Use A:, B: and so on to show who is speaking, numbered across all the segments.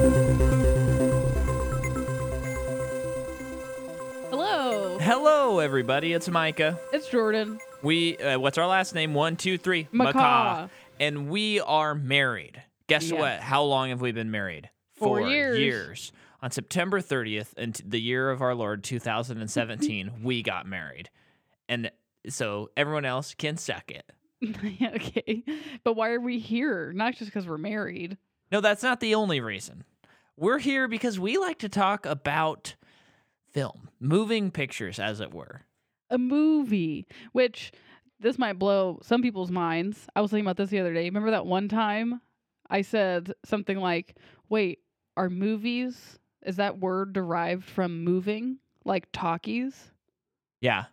A: everybody. It's Micah.
B: It's Jordan.
A: We, uh, what's our last name? One, two, three.
B: Macaw.
A: And we are married. Guess
B: Yeah.
A: what? How long have we been married?
B: Four years.
A: years. On September 30th, and the year of our Lord 2017, we got married. And so everyone else can suck it.
B: okay. But why are we here? Not just because we're married.
A: No, that's not the only reason. We're here because we like to talk about film, moving pictures, as it were.
B: A movie, which this might blow some people's minds. I was thinking about this the other day. Remember that one time I said something like, wait, are movies, is that word derived from moving? Like talkies?
A: Yeah.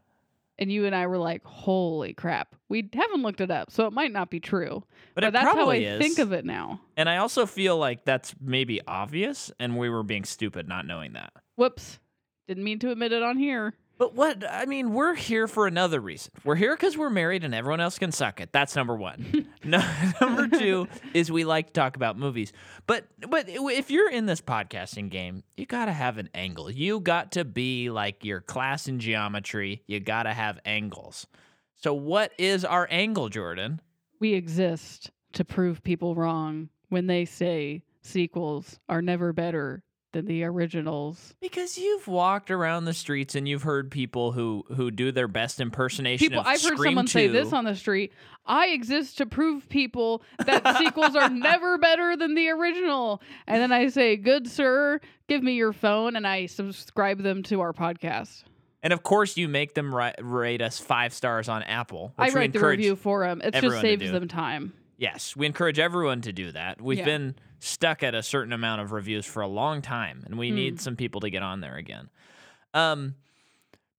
B: And you and I were like, holy crap. We haven't looked it up, so it might not be true.
A: But, it
B: that's how I
A: probably is.
B: think of it now.
A: And I also feel like that's maybe obvious, and we were being stupid not knowing that.
B: Whoops. Didn't mean to admit it on here.
A: But what I mean, we're here for another reason. We're here because we're married and everyone else can suck it. That's number one. no, number two is we like to talk about movies. But but if you're in this podcasting game, you gotta have an angle. You got to be like your class in geometry. You gotta have angles. So what is our angle, Jordan?
B: We exist to prove people wrong when they say sequels are never better than the originals.
A: Because you've walked around the streets and you've heard people who who do their best impersonation
B: People,
A: of
B: I've heard
A: Scream
B: someone say
A: 2.
B: this on the street. I exist to prove people that sequels are never better than the original. And then I say, "Good sir, give me your phone," and I subscribe them to our podcast.
A: And of course, you make them ri- rate us five stars on Apple. Which
B: I write
A: we
B: the
A: encourage,
B: review for them. It
A: everyone
B: just
A: to
B: saves
A: do.
B: them time.
A: Yes, we encourage everyone to do that. We've
B: Yeah.
A: been stuck at a certain amount of reviews for a long time, and we need some people to get on there again. Um,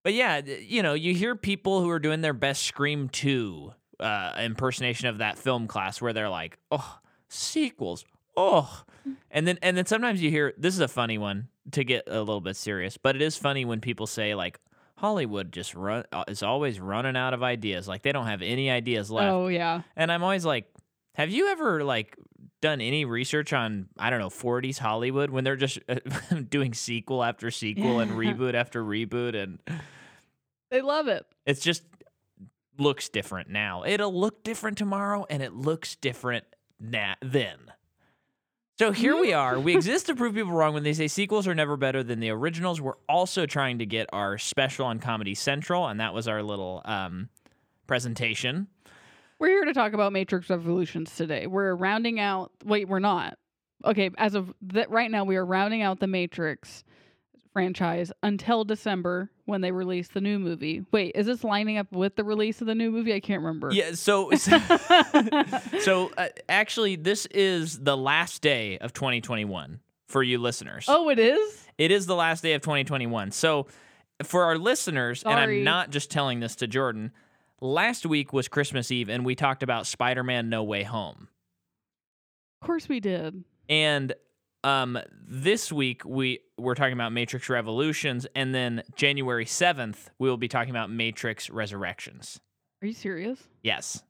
A: but yeah, th- you know, you hear people who are doing their best Scream Two uh, impersonation of that film class, where they're like, "Oh, sequels, oh," and then and then sometimes you hear this is a funny one to get a little bit serious, but it is funny when people say like. Hollywood just run uh, is always running out of ideas. Like they don't have any ideas left.
B: Oh yeah,
A: And I'm always like, have you ever like done any research on I don't know 40s Hollywood when they're just uh, doing sequel after sequel and
B: Yeah.
A: reboot after reboot and
B: they love it.
A: it's just looks different now. It'll look different tomorrow and it looks different na- then. So here we are. We exist to prove people wrong when they say sequels are never better than the originals. We're also trying to get our special on Comedy Central, and that was our little um, presentation.
B: We're here to talk about Matrix Revolutions today. We're rounding out. Wait, we're not. Okay, as of th- right now, we are rounding out the Matrix franchise until December when they release the new movie. Wait, is this lining up with the release of the new movie? I can't remember.
A: Yeah. So, so uh, actually, this is the last day of 2021 for you listeners.
B: Oh, it is.
A: It is the last day of 2021. So, for our listeners, and
B: Sorry.
A: I'm not just telling this to Jordan, last week was Christmas Eve, and we talked about Spider Man No Way Home.
B: Of course, we did.
A: And um, this week we we're talking about Matrix Revolutions, and then January seventh we will be talking about Matrix Resurrections.
B: Are you serious?
A: Yes,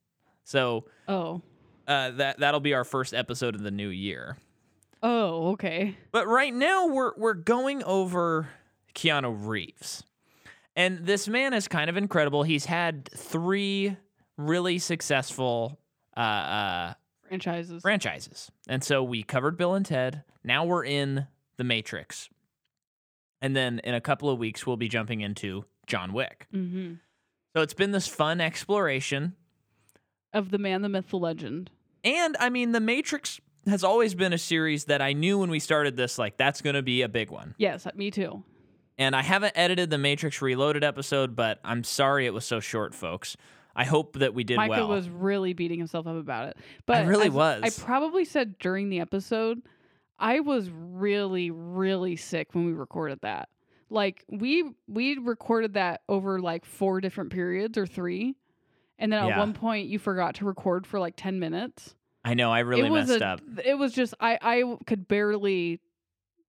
A: so
B: Oh.
A: uh, that that'll be our first episode of the new year.
B: Oh, okay.
A: But right now we're we're going over Keanu Reeves. And this man is kind of incredible. He's had three really successful uh, uh,
B: Franchises.
A: franchises. And so we covered Bill and Ted. Now we're in The Matrix. And then in a couple of weeks, we'll be jumping into John Wick.
B: hmm
A: So it's been this fun exploration.
B: Of the man, the myth, the legend.
A: And I mean, The Matrix has always been a series that I knew when we started this, like, that's going to be a big one.
B: Yes, me too.
A: And I haven't edited the Matrix Reloaded episode, but I'm sorry it was so short, folks. I hope that we did
B: Micah
A: well.
B: was really beating himself up about it. But
A: really
B: as
A: was.
B: I probably said during the episode, I was really, really sick when we recorded that. Like we we recorded that over like four different periods or three. And then at
A: Yeah.
B: one point you forgot to record for like ten minutes.
A: I know, I really
B: it was
A: messed
B: a-
A: up.
B: It was just I I could barely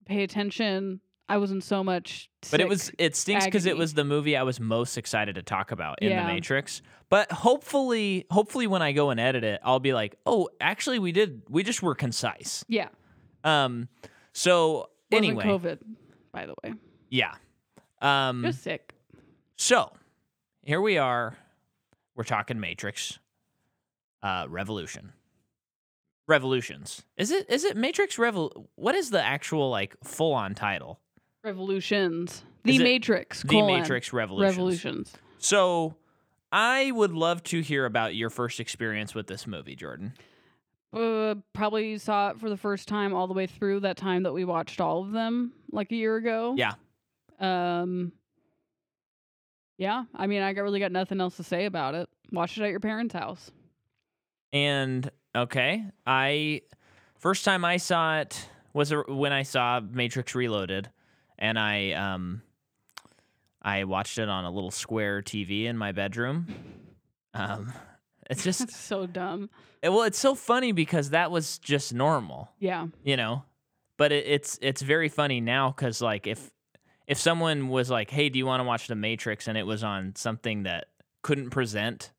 B: pay attention. I was in so much
A: But it
B: sick-
A: was it stinks because it
B: agony.
A: was the movie I was most excited to talk about in
B: Yeah.
A: the Matrix. But hopefully hopefully when I go and edit it, I'll be like, oh, actually we did we just were concise.
B: Yeah.
A: Um so
B: Wasn't
A: anyway.
B: COVID, by the way.
A: Yeah. Um
B: Just sick.
A: so here we are. We're talking Matrix, uh, Revolution, Revolutions. Is it is it Matrix Revol? What is the actual like full on title?
B: Revolutions. The
A: Is it
B: Matrix.
A: The
B: colon,
A: Matrix Revolutions.
B: Revolutions.
A: So, I would love to hear about your first experience with this movie, Jordan.
B: Uh, probably saw it for the first time all the way through that time that we watched all of them like a year ago.
A: Yeah.
B: Um. Yeah, I mean, I got really got nothing else to say about it. Watch it at your parents' house.
A: And okay, I first time I saw it was a- when I saw Matrix Reloaded, and I um I watched it on a little square TV in my bedroom. Um, it's just
B: That's so dumb.
A: it- well, it's so funny because that was just normal,
B: Yeah.
A: you know. But it, it's it's very funny now because like if if someone was like, "Hey, do you want to watch The Matrix?" and it was on something that couldn't present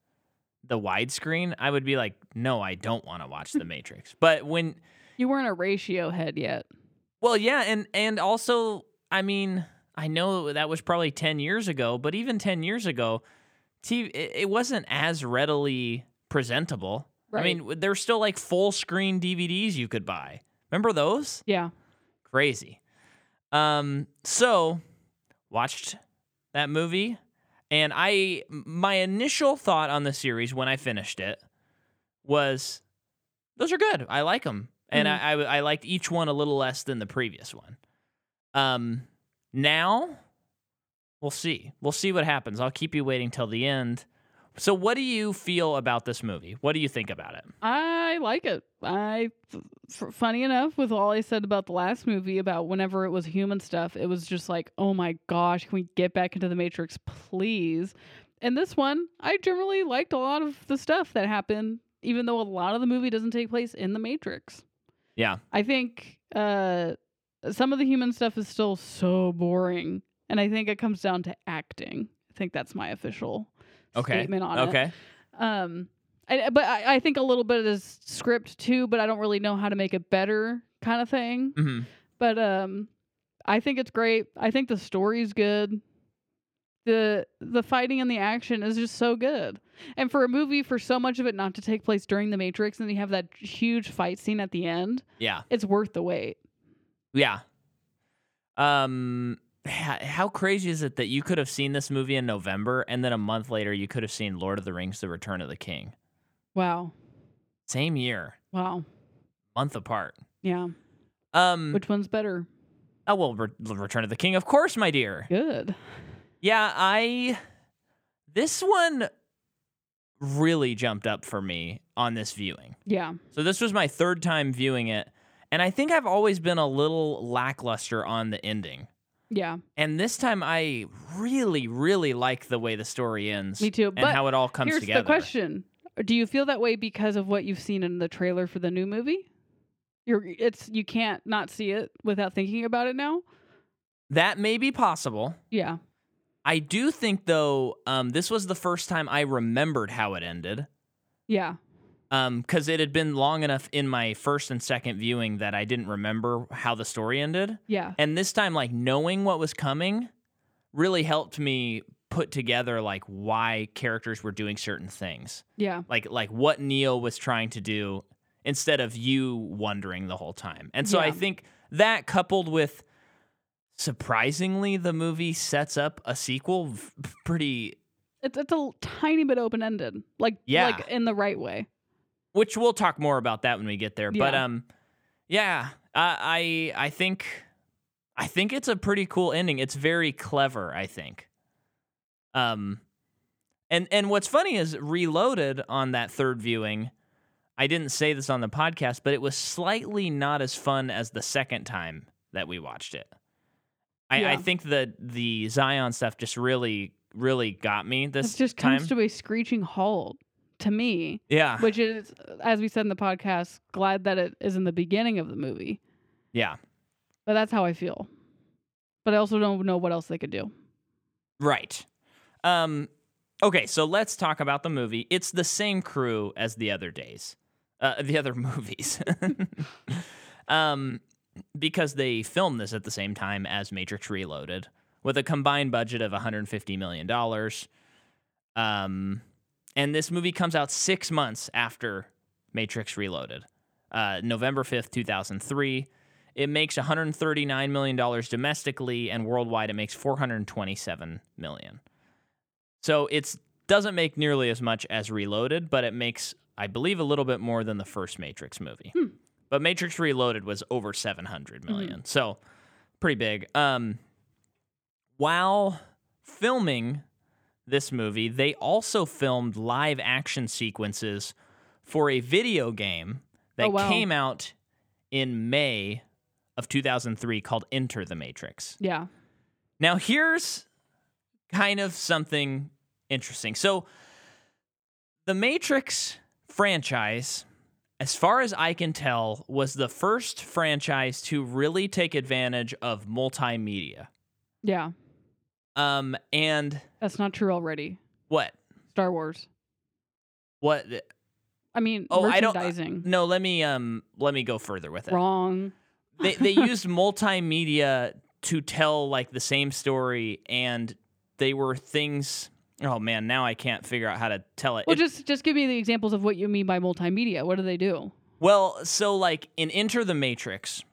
A: the widescreen, I would be like, "No, I don't want to watch The Matrix." But when
B: You weren't a ratio head yet.
A: well, yeah, and and also, I mean, I know that was probably ten years ago, but even ten years ago, TV it, it wasn't as readily presentable. I
B: Right.
A: mean, there's still like full screen DVDs you could buy. Remember those?
B: Yeah.
A: crazy. Um, so watched that movie, and I my initial thought on the series when I finished it was, those are good. I like them, and
B: Mhm.
A: I, I I liked each one a little less than the previous one. Um, now we'll see. We'll see what happens. I'll keep you waiting till the end. So, what do you feel about this movie? What do you think about it?
B: I like it. I, f- funny enough, with all I said about the last movie about whenever it was human stuff, it was just like, oh my gosh, can we get back into the Matrix, please? And this one, I generally liked a lot of the stuff that happened, even though a lot of the movie doesn't take place in the Matrix.
A: Yeah.
B: I think uh, some of the human stuff is still so boring, and I think it comes down to acting. I think that's my official
A: Okay.
B: statement on it.
A: Okay.
B: Um, I, but I, I think a little bit is script too, but I don't really know how to make it better, kind of thing.
A: hmm
B: But um, I think it's great. I think the story's good. the The fighting and the action is just so good. And for a movie, for so much of it not to take place during the Matrix, and you have that huge fight scene at the end,
A: Yeah.
B: it's worth the wait.
A: Yeah. Um h- how crazy is it that you could have seen this movie in November and then a month later you could have seen Lord of the Rings The Return of the King.
B: Wow,
A: Same year,
B: wow,
A: month apart.
B: yeah.
A: Um
B: Which one's better?
A: oh well Re- Return of the King of course, my dear.
B: Good.
A: Yeah, I this one really jumped up for me on this viewing.
B: Yeah,
A: So this was my third time viewing it and I think I've always been a little lackluster on the ending.
B: yeah.
A: And this time, I really, really like the way the story ends.
B: Me too,
A: And
B: but
A: how it all comes
B: Here's
A: together.
B: the question: Do you feel that way because of what you've seen in the trailer for the new movie? You're it's you can't not see it without thinking about it now.
A: That may be possible.
B: Yeah,
A: I do think, though, um, this was the first time I remembered how it ended.
B: yeah,
A: Because it had been long enough in my first and second viewing that I didn't remember how the story ended.
B: yeah,
A: And this time, like knowing what was coming really helped me put together like why characters were doing certain things.
B: yeah,
A: like like what Neo was trying to do instead of you wondering the whole time. And so I
B: Yeah.
A: think that coupled with surprisingly the movie sets up a sequel v- pretty
B: it's it's a l- tiny bit open ended, like
A: Yeah.
B: like in the right way.
A: which we'll talk more about that when we get there. But
B: Yeah.
A: um yeah, I I I think I think it's a pretty cool ending. It's very clever, I think. Um and and what's funny is Reloaded on that third viewing, I didn't say this on the podcast, but it was slightly not as fun as the second time that we watched it. I, I
B: Yeah.
A: think the the Zion stuff just really really got me this
B: It just
A: time.
B: comes to a screeching halt to me,
A: yeah.
B: which is as we said in the podcast. Glad that it is in the beginning of the movie,
A: yeah.
B: but that's how I feel. But I also don't know what else they could do.
A: Right. Um, okay, so let's talk about the movie. It's the same crew as the other days, uh, the other movies, um, because they filmed this at the same time as Matrix Reloaded with a combined budget of $150 million. Um, and this movie comes out six months after Matrix Reloaded, uh, November 5th, 2003. It makes $139 million domestically, and worldwide it makes $427 million. So it doesn't make nearly as much as Reloaded, but it makes, I believe, a little bit more than the first Matrix movie.
B: Hmm. Mm-hmm.
A: But Matrix Reloaded was over 700 million, So pretty big. Um, while filming this movie, they also filmed live action sequences for a video game that
B: Oh, wow.
A: came out in May of 2003 called Enter the Matrix.
B: Yeah.
A: Now, here's kind of something interesting. So, the Matrix franchise, as far as I can tell, was the first franchise to really take advantage of multimedia.
B: Yeah.
A: Um, and
B: That's not true already.
A: what?
B: Star Wars.
A: What?
B: I mean,
A: Oh, I don't-
B: merchandising.
A: No, let me um, let me go further with it.
B: Wrong.
A: they they used multimedia to tell like the same story and they were things oh man now i can't figure out how to tell it
B: Well,
A: It-
B: just just give me the examples of what you mean by multimedia. What do they do?
A: well so like in enter the matrix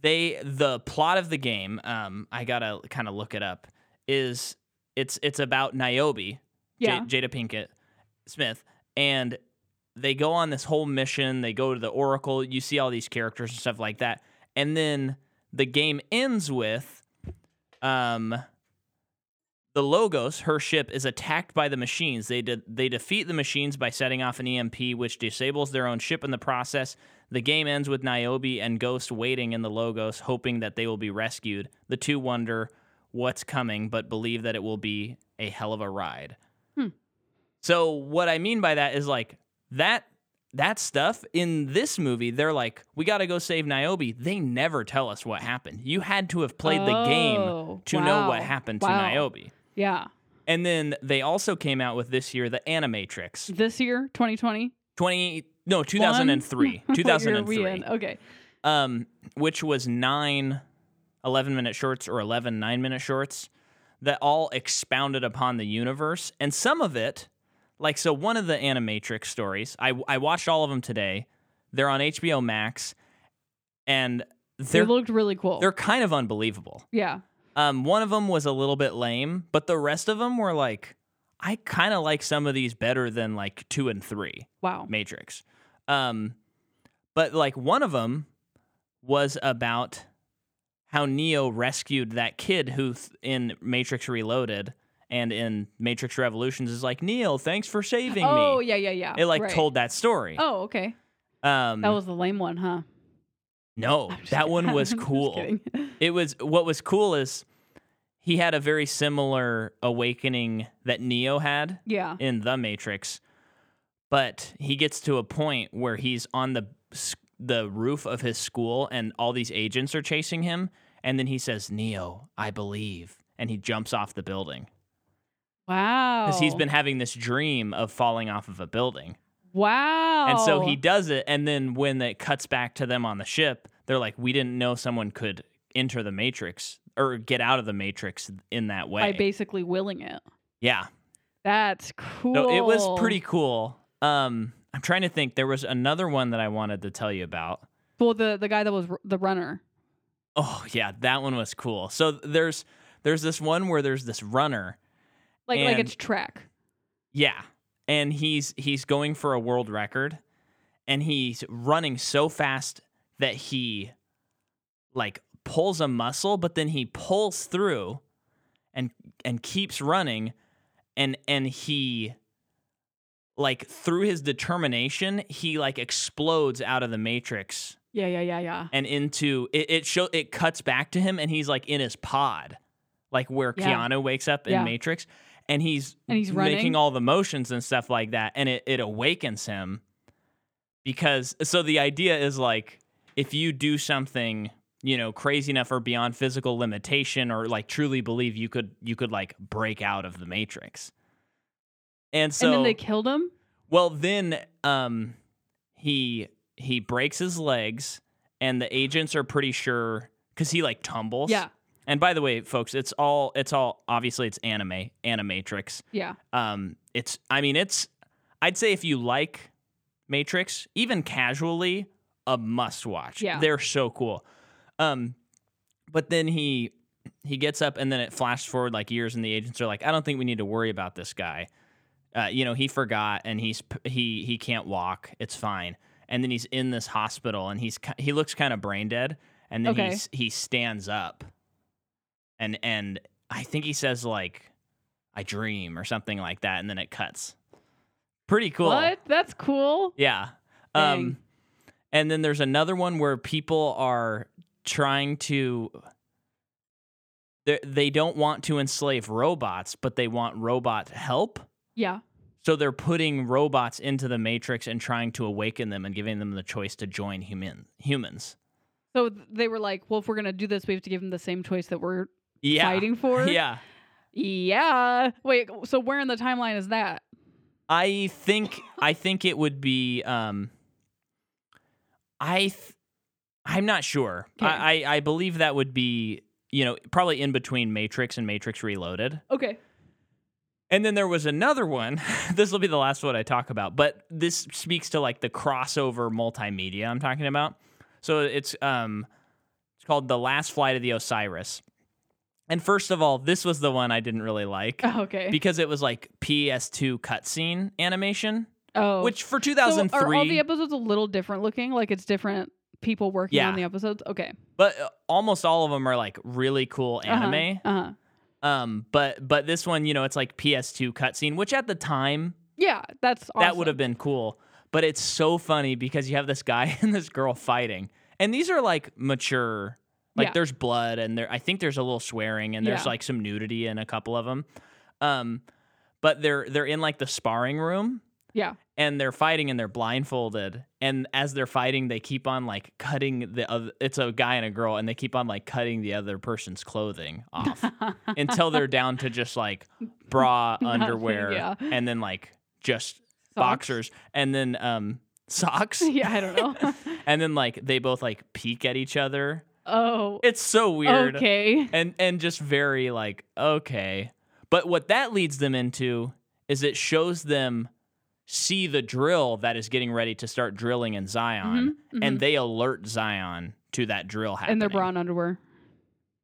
A: they the plot of the game um i gotta kind of look it up is it's it's about niobe J-
B: Yeah.
A: jada pinkett smith and they go on this whole mission they go to the oracle you see all these characters and stuff like that and then the game ends with um the logos her ship is attacked by the machines they de- they defeat the machines by setting off an EMP which disables their own ship in the process the game ends with Niobe and Ghost waiting in the logos hoping that they will be rescued the two wonder what's coming but believe that it will be a hell of a ride
B: Hmm.
A: so what i mean by that is like that that stuff in this movie they're like we got to go save Niobe they never tell us what happened you had to have played the game
B: Oh,
A: to know what
B: wow.
A: happened to
B: Wow.
A: Niobe.
B: Yeah.
A: And then they also came out with this year the Animatrix.
B: This year, 2020.
A: 20 no, 2003.
B: What year are we
A: 2003.
B: in? Okay.
A: Um which was 9 11 minute shorts or 11 9 minute shorts that all expounded upon the universe and some of it like so one of the Animatrix stories. I I watched all of them today. They're on HBO Max and
B: They
A: they're
B: looked really cool.
A: they're kind of unbelievable.
B: Yeah.
A: Um, one of them was a little bit lame, but the rest of them were like, I kind of like some of these better than like two and three
B: Wow.
A: Matrix. Um, but like one of them was about how Neo rescued that kid who th- in Matrix Reloaded and in Matrix Revolutions is like, Neo, thanks for saving
B: Oh
A: me.
B: yeah, yeah, yeah.
A: It like
B: Right.
A: told that story.
B: Oh okay.
A: um,
B: That was the lame one, huh?
A: no,
B: I'm just
A: that
B: kidding.
A: one was
B: I'm just
A: cool.
B: kidding.
A: It was what was cool is he had a very similar awakening that Neo had
B: yeah.
A: in The Matrix, but he gets to a point where he's on the s- the roof of his school and all these agents are chasing him, and then he says, "Neo, I believe," and he jumps off the building
B: Wow.
A: because he's been having this dream of falling off of a building.
B: Wow.
A: And so he does it. And then when it cuts back to them on the ship, they're like, we didn't know someone could enter the Matrix or get out of the Matrix in that way.
B: by basically willing it.
A: yeah.
B: That's cool.
A: So it was pretty cool. Um, I'm trying to think. There was another one that I wanted to tell you about.
B: Well, the the guy that was r- the runner.
A: Oh yeah, that one was cool. So there's there's this one where there's this runner.
B: Like like
A: And-
B: it's track.
A: Yeah. And he's he's going for a world record and he's running so fast that he like pulls a muscle but then he pulls through and and keeps running and and he like through his determination he like explodes out of the matrix
B: Yeah, yeah, yeah, yeah.
A: and into it it show it cuts back to him and he's like in his pod like where
B: Yeah.
A: Keanu wakes up in
B: Yeah.
A: Matrix and he's
B: And he's running.
A: making all the motions and stuff like that and it, it awakens him because so the idea is like if you do something you know crazy enough or beyond physical limitation or like truly believe you could you could like break out of the matrix and so
B: and then they killed him.
A: well, then um, he he breaks his legs, and the agents are pretty sure because he like tumbles.
B: Yeah.
A: And by the way, folks, it's all it's all obviously it's anime, Animatrix.
B: Yeah.
A: Um, it's I mean it's I'd say if you like Matrix, even casually, a must watch.
B: Yeah.
A: They're so cool. Um, but then he he gets up and then it flashes forward like years and the agents are like, I don't think we need to worry about this guy. Uh, you know, he forgot and he's p- he he can't walk. It's fine. And then he's in this hospital and he's ki- he looks kind of brain dead and then
B: Okay.
A: he's he stands up. And and I think he says like I dream or something like that and then it cuts. Pretty cool.
B: What? That's cool.
A: Yeah.
B: Dang.
A: Um, and then there's another one where people are trying to. they're- They don't want to enslave robots, but they want robot help.
B: Yeah.
A: So they're putting robots into the matrix and trying to awaken them and giving them the choice to join human humans.
B: So th- they were like, well, if we're going to do this, we have to give them the same choice that we're
A: Yeah.
B: fighting for.
A: Yeah.
B: Yeah. Wait, so where in the timeline is that?
A: I think I think it would be um I th- I'm not sure. I, I I believe that would be, you know, probably in between Matrix and Matrix Reloaded.
B: Okay.
A: And then there was another one. this will be the last one I talk about, but this speaks to like the crossover multimedia I'm talking about. So it's um it's called The Last Flight of the Osiris. And first of all, this was the one I didn't really like
B: Oh, okay.
A: because it was like PS2 cutscene animation
B: oh.
A: which for
B: so
A: 2003
B: are all the episodes a little different looking? Like it's different people working
A: Yeah.
B: on the episodes? Okay.
A: but uh, almost all of them are like really cool
B: Uh-huh.
A: anime
B: Uh-huh.
A: um but but this one you know it's like ps2 cutscene which at the time
B: Yeah, that's awesome.
A: that would have been cool but it's so funny because you have this guy and this girl fighting and these are like mature like
B: Yeah.
A: there's blood and there i think there's a little swearing and there's
B: Yeah.
A: like some nudity in a couple of them um but they're they're in like the sparring room
B: Yeah.
A: and they're fighting and they're blindfolded and as they're fighting they keep on like cutting the other it's a guy and a girl and they keep on like cutting the other person's clothing off until they're down to just like bra
B: Nothing,
A: underwear
B: yeah.
A: and then like just
B: Socks?
A: boxers and then um socks
B: yeah, I don't know.
A: and then like they both like peek at each other
B: oh.
A: it's so weird
B: Okay.
A: and and just very like okay but what that leads them into is it shows them see the drill that is getting ready to start drilling in zion
B: Mhm,
A: and they alert zion to that drill happening
B: And they're bra and underwear.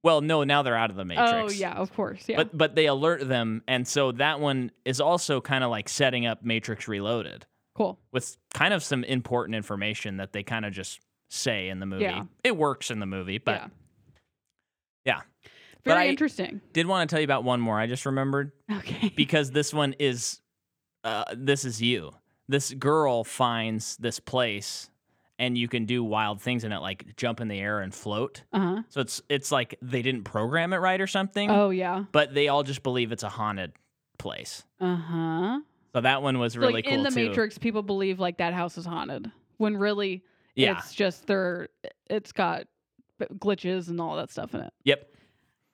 A: well no now they're out of the matrix
B: Oh, yeah, of course. Yeah.
A: but but they alert them and so that one is also kind of like setting up matrix reloaded
B: cool.
A: with kind of some important information that they kind of just say in the movie
B: Yeah.
A: it works in the movie but
B: yeah.
A: yeah. But
B: Very
A: I-
B: interesting.
A: did want to tell you about one more i just remembered
B: Okay.
A: because this one is uh, this is you this girl finds this place and you can do wild things in it like jump in the air and float
B: uh-huh.
A: so it's it's like they didn't program it right or something
B: Oh, yeah.
A: but they all just believe it's a haunted place
B: Uh-huh.
A: so that one was
B: So,
A: really
B: like
A: cool
B: in the
A: too
B: Matrix, people believe like that house is haunted when really
A: yeah
B: it's just they're it's got b- glitches and all that stuff in it.
A: yep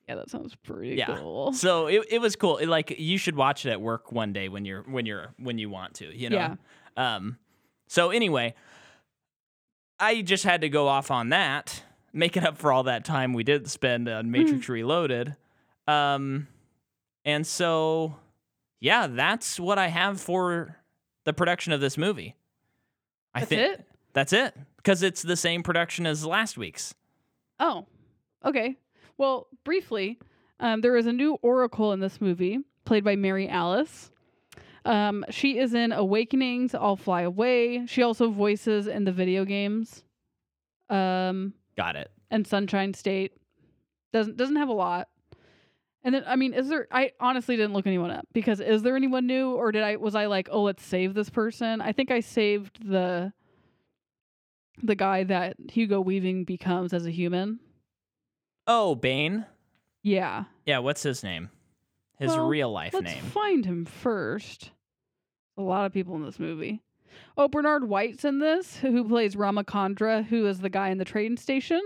B: Yeah, that sounds pretty
A: Yeah.
B: cool.
A: so it, it was cool It, like you should watch it at work one day when you're when you're when you want to you know
B: Yeah.
A: Um, so anyway, I just had to go off on that, making up for all that time we did spend
B: Hmm.
A: on Matrix Reloaded. Um, and so, yeah, that's what I have for the production of this movie. I
B: That's
A: thi-
B: it?
A: that's it because it's the same production as last week's.
B: Oh, okay. Well, briefly, um, there is a new Oracle in this movie, played by Mary Alice. Um, she is in Awakenings, I'll Fly Away. She also voices in the video games, um,
A: Got it.
B: and Sunshine State. Doesn't doesn't have a lot. And then I mean, is there? I honestly didn't look anyone up because is there anyone new, or did I was I like, oh, let's save this person? I think I saved the the guy that Hugo Weaving becomes as a human.
A: Oh, Bane.
B: Yeah.
A: Yeah, what's his name? His
B: Well,
A: real life
B: Let's
A: name.
B: find him first. A lot of people in this movie. Oh, Bernard White's in this, who plays Ramachandra, who is the guy in the train station.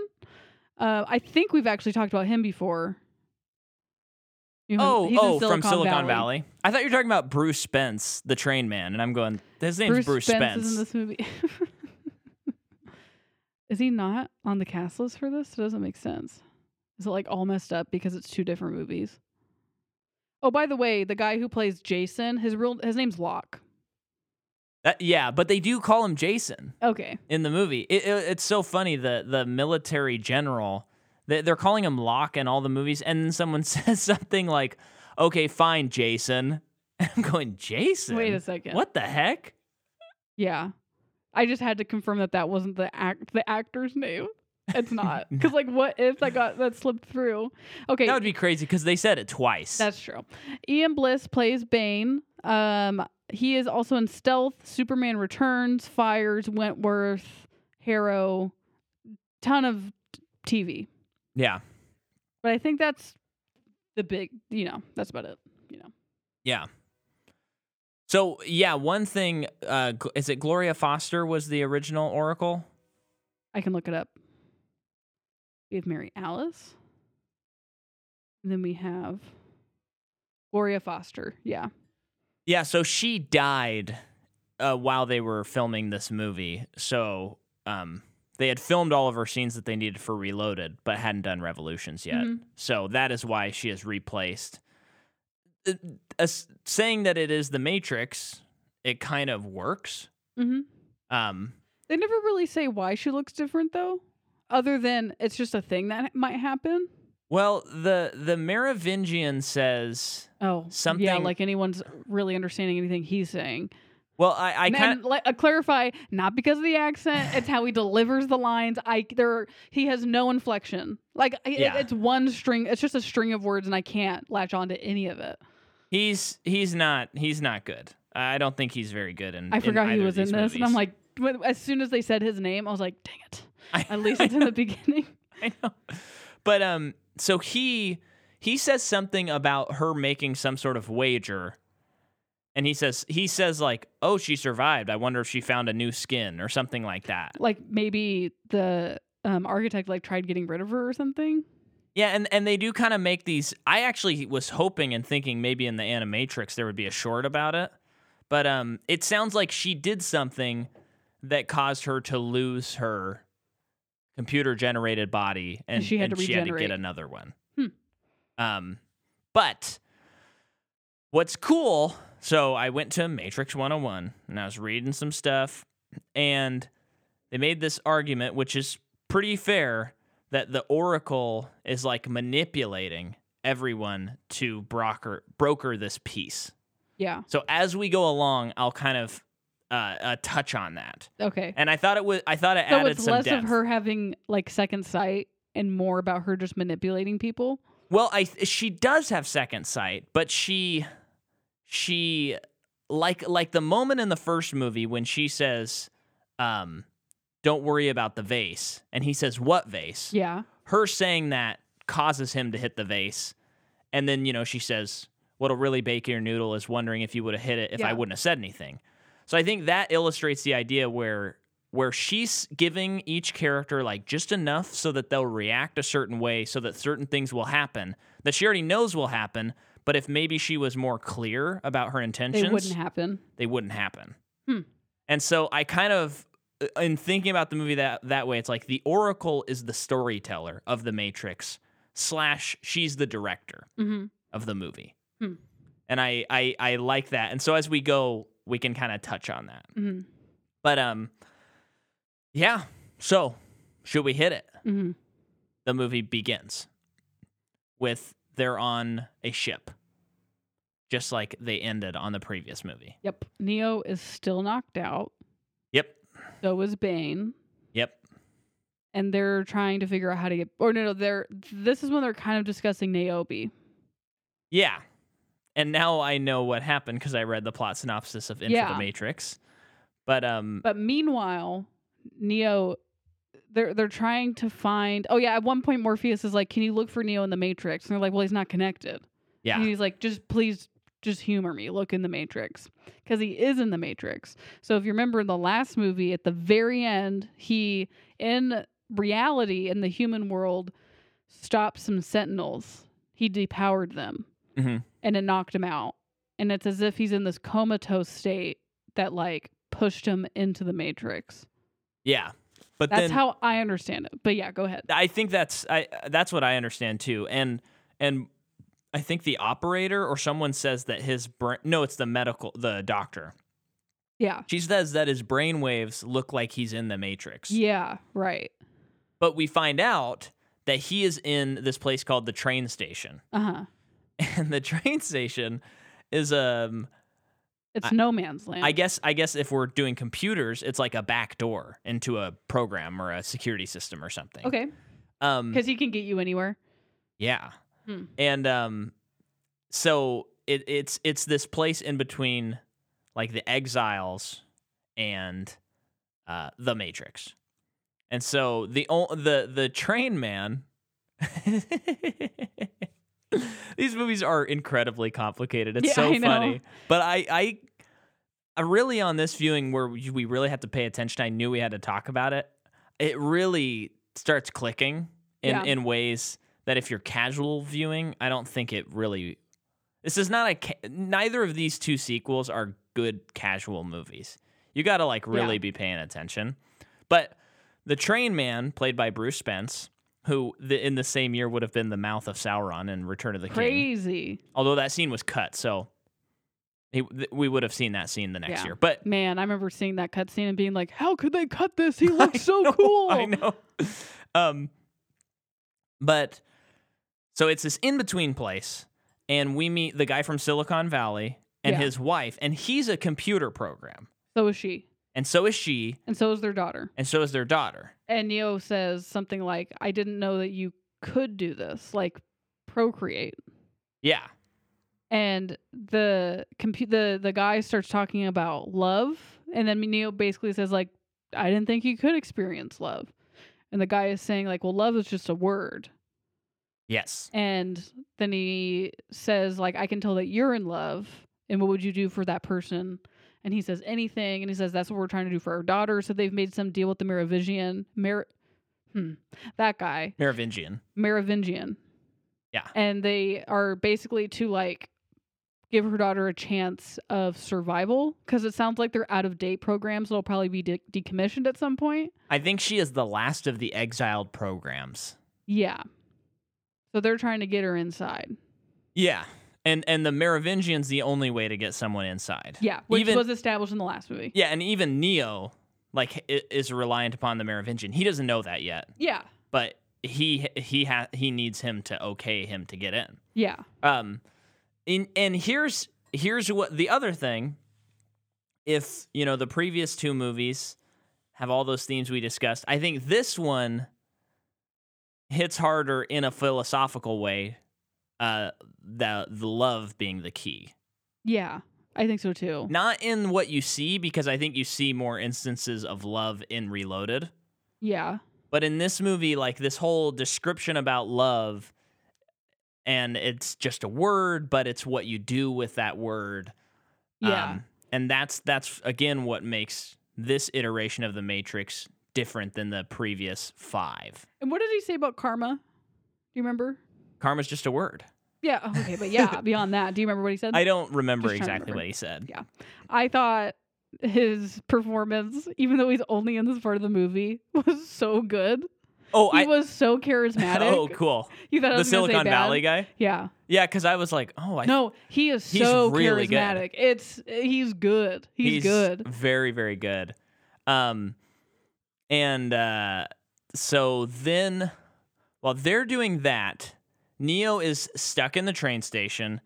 B: Uh, I think we've actually talked about him before. You know,
A: Oh,
B: he's in
A: oh, from Silicon Valley. I thought you were talking about Bruce Spence, the train man, and I'm going. His
B: Bruce,
A: name's Bruce,
B: Spence, is in this movie. is he not on the cast list for this? It doesn't make sense. Is it like all messed up because it's two different movies? Oh, by the way, the guy who plays Jason, his real his name's Locke.
A: That- yeah, but they do call him Jason
B: Okay.
A: in the movie. It, it- it's so funny the the military general they, they're calling him Locke in all the movies, and then someone says something like, "Okay, fine, Jason." I'm going, Jason.
B: Wait a second.
A: What the heck?
B: Yeah. I just had to confirm that that wasn't the act the actor's name. It's not. Cuz like what if that got that slipped through? Okay.
A: That would be crazy because they said it twice.
B: That's true. Ian Bliss plays Bane. Um, he is also in Stealth, Superman Returns, Fires, Wentworth, Harrow, ton of t- TV.
A: yeah,
B: But I think that's the big, you know, that's about it. You know,
A: yeah. So yeah, one thing uh, Gl- is it Gloria Foster was the original Oracle?
B: I can look it up. We have Mary Alice, and then we have Gloria Foster. Yeah,
A: Yeah, so she died uh, while they were filming this movie. So um, they had filmed all of her scenes that they needed for Reloaded, but hadn't done Revolutions yet.
B: Mhm.
A: So that is why she is replaced. Uh, as- saying that it is the Matrix, it kind of works.
B: hmm
A: Um,
B: They never really say why she looks different though, other than it's just a thing that might happen.
A: well, the the Merovingian says,
B: Oh, Yeah,
A: Something-
B: like anyone's really understanding anything he's saying.
A: "Well, I, I
B: and
A: kind
B: and let, uh, clarify, not because of the accent, it's how he delivers the lines. I there he has no inflection. Like I- it-
A: Yeah.
B: it's one string. It's just a string of words, and I can't latch on to any of it.
A: he's he's not he's not good. I don't think he's very good in.
B: I forgot he
A: either of
B: was in
A: these
B: this, and I'm
A: movies.
B: like, when- as soon as they said his name, I was like, dang it.
A: I-
B: At least it's in the beginning.
A: I know. But um so he he says something about her making some sort of wager. And he says he says like, "Oh, she survived. I wonder if she found a new skin or something like that."
B: Like maybe the um, architect like tried getting rid of her or something.
A: Yeah, and and they do kind of make these I actually was hoping and thinking maybe in the animatrix there would be a short about it. But um it sounds like she did something that caused her to lose her computer generated body and,
B: she had
A: and
B: to
A: she had to
B: regenerate.
A: get another one.
B: Hmm.
A: Um but what's cool, so I went to Matrix 101 and I was reading some stuff and they made this argument which is pretty fair that the oracle is like manipulating everyone to broker broker this peace.
B: Yeah.
A: So as we go along, I'll kind of uh, uh, touch on that.
B: Okay.
A: And I thought it was I thought it
B: So
A: added
B: it's
A: some
B: less
A: depth.
B: of her having like second sight and more about her just manipulating people.
A: Well, I she does have second sight, but she she like like the moment in the first movie when she says um don't worry about the vase and he says what vase?
B: Yeah.
A: her saying that causes him to hit the vase. And then, you know, she says, What'll really bake your noodle is wondering if you would have hit it if I
B: Yeah.
A: wouldn't have said anything. So I think that illustrates the idea where where she's giving each character like just enough so that they'll react a certain way so that certain things will happen that she already knows will happen, but if maybe she was more clear about her intentions,
B: It wouldn't happen.
A: they wouldn't happen.
B: Hmm.
A: And so I kind of, uh, in thinking about the movie that that way, it's like the Oracle is the storyteller of the Matrix slash she's the director
B: hmm
A: of the movie,
B: Hmm.
A: and I, I I like that. And so as we go, we can kind of touch on that.
B: hmm
A: But um, yeah. So should we hit it?
B: hmm
A: The movie begins with they're on a ship, just like they ended on the previous movie.
B: Yep. Neo is still knocked out.
A: Yep.
B: So is Bane.
A: Yep.
B: And they're trying to figure out how to get or no no, they're this is when they're kind of discussing Niobe.
A: Yeah. And now I know what happened because I read the plot synopsis of Into
B: Yeah.
A: the Matrix. But um
B: But meanwhile, Neo they're they're trying to find oh yeah, at one point Morpheus is like, Can you look for Neo in the Matrix? And they're like, Well, he's not connected.
A: yeah.
B: And he's like, just please, just humor me. Look in the Matrix. Because he is in the Matrix. So if you remember in the last movie, at the very end, he, in reality, in the human world, stopped some sentinels. He depowered them
A: Mhm.
B: and it knocked him out. And it's as if he's in this comatose state that, like, pushed him into the Matrix.
A: Yeah. But
B: That's
A: then
B: how I understand it. But yeah, go ahead.
A: I think that's I that's what I understand too. And and I think the operator or someone says that his brain no, it's the medical the doctor.
B: Yeah.
A: She says that his brain waves look like he's in the matrix.
B: Yeah, right.
A: But we find out that he is in this place called the train station.
B: Uh-huh.
A: And the train station is um
B: It's
A: I-
B: no man's land.
A: I guess I guess if we're doing computers, it's like a back door into a program or a security system or something.
B: okay.
A: Um
B: Cuz he can get you anywhere.
A: Yeah.
B: Hmm.
A: And um so it, it's it's this place in between like the exiles and uh the matrix. And so the o- the the train man These movies are incredibly complicated. It's
B: Yeah,
A: so
B: I know.
A: funny. But I I I really on this viewing where we we really have to pay attention. I knew we had to talk about it. It really starts clicking in
B: Yeah.
A: in ways that if you're casual viewing, I don't think it really. This is not a. Ca- neither of these two sequels are good casual movies. You got to like really
B: Yeah.
A: be paying attention. But the Train Man, played by Bruce Spence, who the, in the same year would have been the mouth of Sauron in Return of the King
B: Crazy.
A: although that scene was cut, so he, th- we would have seen that scene the next
B: Yeah.
A: year. But
B: Man, I remember seeing that cutscene and being like, "How could they cut this? He
A: I
B: looks so
A: know,
B: cool."
A: I know. Um, but so it's this in between place, and we meet the guy from Silicon Valley and
B: Yeah.
A: his wife, and he's a computer program,
B: So is she,
A: and so is she,
B: and so is their daughter.
A: and so is their daughter.
B: And Neo says something like, "I didn't know that you could do this, like procreate."
A: Yeah,
B: And the compu- the the guy starts talking about love, and then Neo basically says like, "I didn't think you could experience love." And the guy is saying like, "Well, love is just a word."
A: yes,
B: And then he says, like, I can tell that you're in love. And what would you do for that person? And he says, anything. And he says, that's what we're trying to do for our daughter. So they've made some deal with the Merovingian. Mer- hmm, that guy,
A: Merovingian.
B: Merovingian.
A: Yeah.
B: And they are basically to, like, give her daughter a chance of survival because it sounds like they're out of date programs that'll probably be de- decommissioned at some point.
A: I think she is the last of the exiled programs.
B: Yeah. So they're trying to get her inside.
A: Yeah. And and the Merovingian's the only way to get someone inside.
B: Yeah. Which
A: Even-
B: was established in the last movie.
A: Yeah, and even Neo like i- is reliant upon the Merovingian. He doesn't know that yet,
B: Yeah.
A: but he he ha- he needs him to okay him to get in.
B: Yeah.
A: Um in and here's here's what the other thing if, you know, the previous two movies have all those themes we discussed, I think this one hits harder in a philosophical way uh the the love being the key.
B: Yeah. I think so too.
A: Not in what you see, because I think you see more instances of love in Reloaded.
B: yeah.
A: But in this movie, like this whole description about love, and it's just a word, but it's what you do with that word.
B: Yeah.
A: Um, and that's that's again what makes this iteration of the Matrix different than the previous five.
B: and what did he say about karma? Do you remember?
A: Karma's just a word.
B: Yeah. oh, Okay. But yeah, beyond that, do you remember what he said?
A: I don't remember
B: Just trying to
A: exactly
B: remember.
A: what he said.
B: I thought his performance, even though he's only in this part of the movie, was so good.
A: Oh,
B: He
A: I
B: was so charismatic.
A: oh cool.
B: You thought I
A: The
B: was gonna say
A: Silicon
B: bad?
A: Valley guy.
B: Yeah.
A: Yeah, because I was like, oh, I
B: no, he is
A: he's
B: so
A: really good.
B: charismatic. It's he's good. He's, good.
A: Very, very good. Um, and uh, so then, while they're doing that, Neo is stuck in the train station,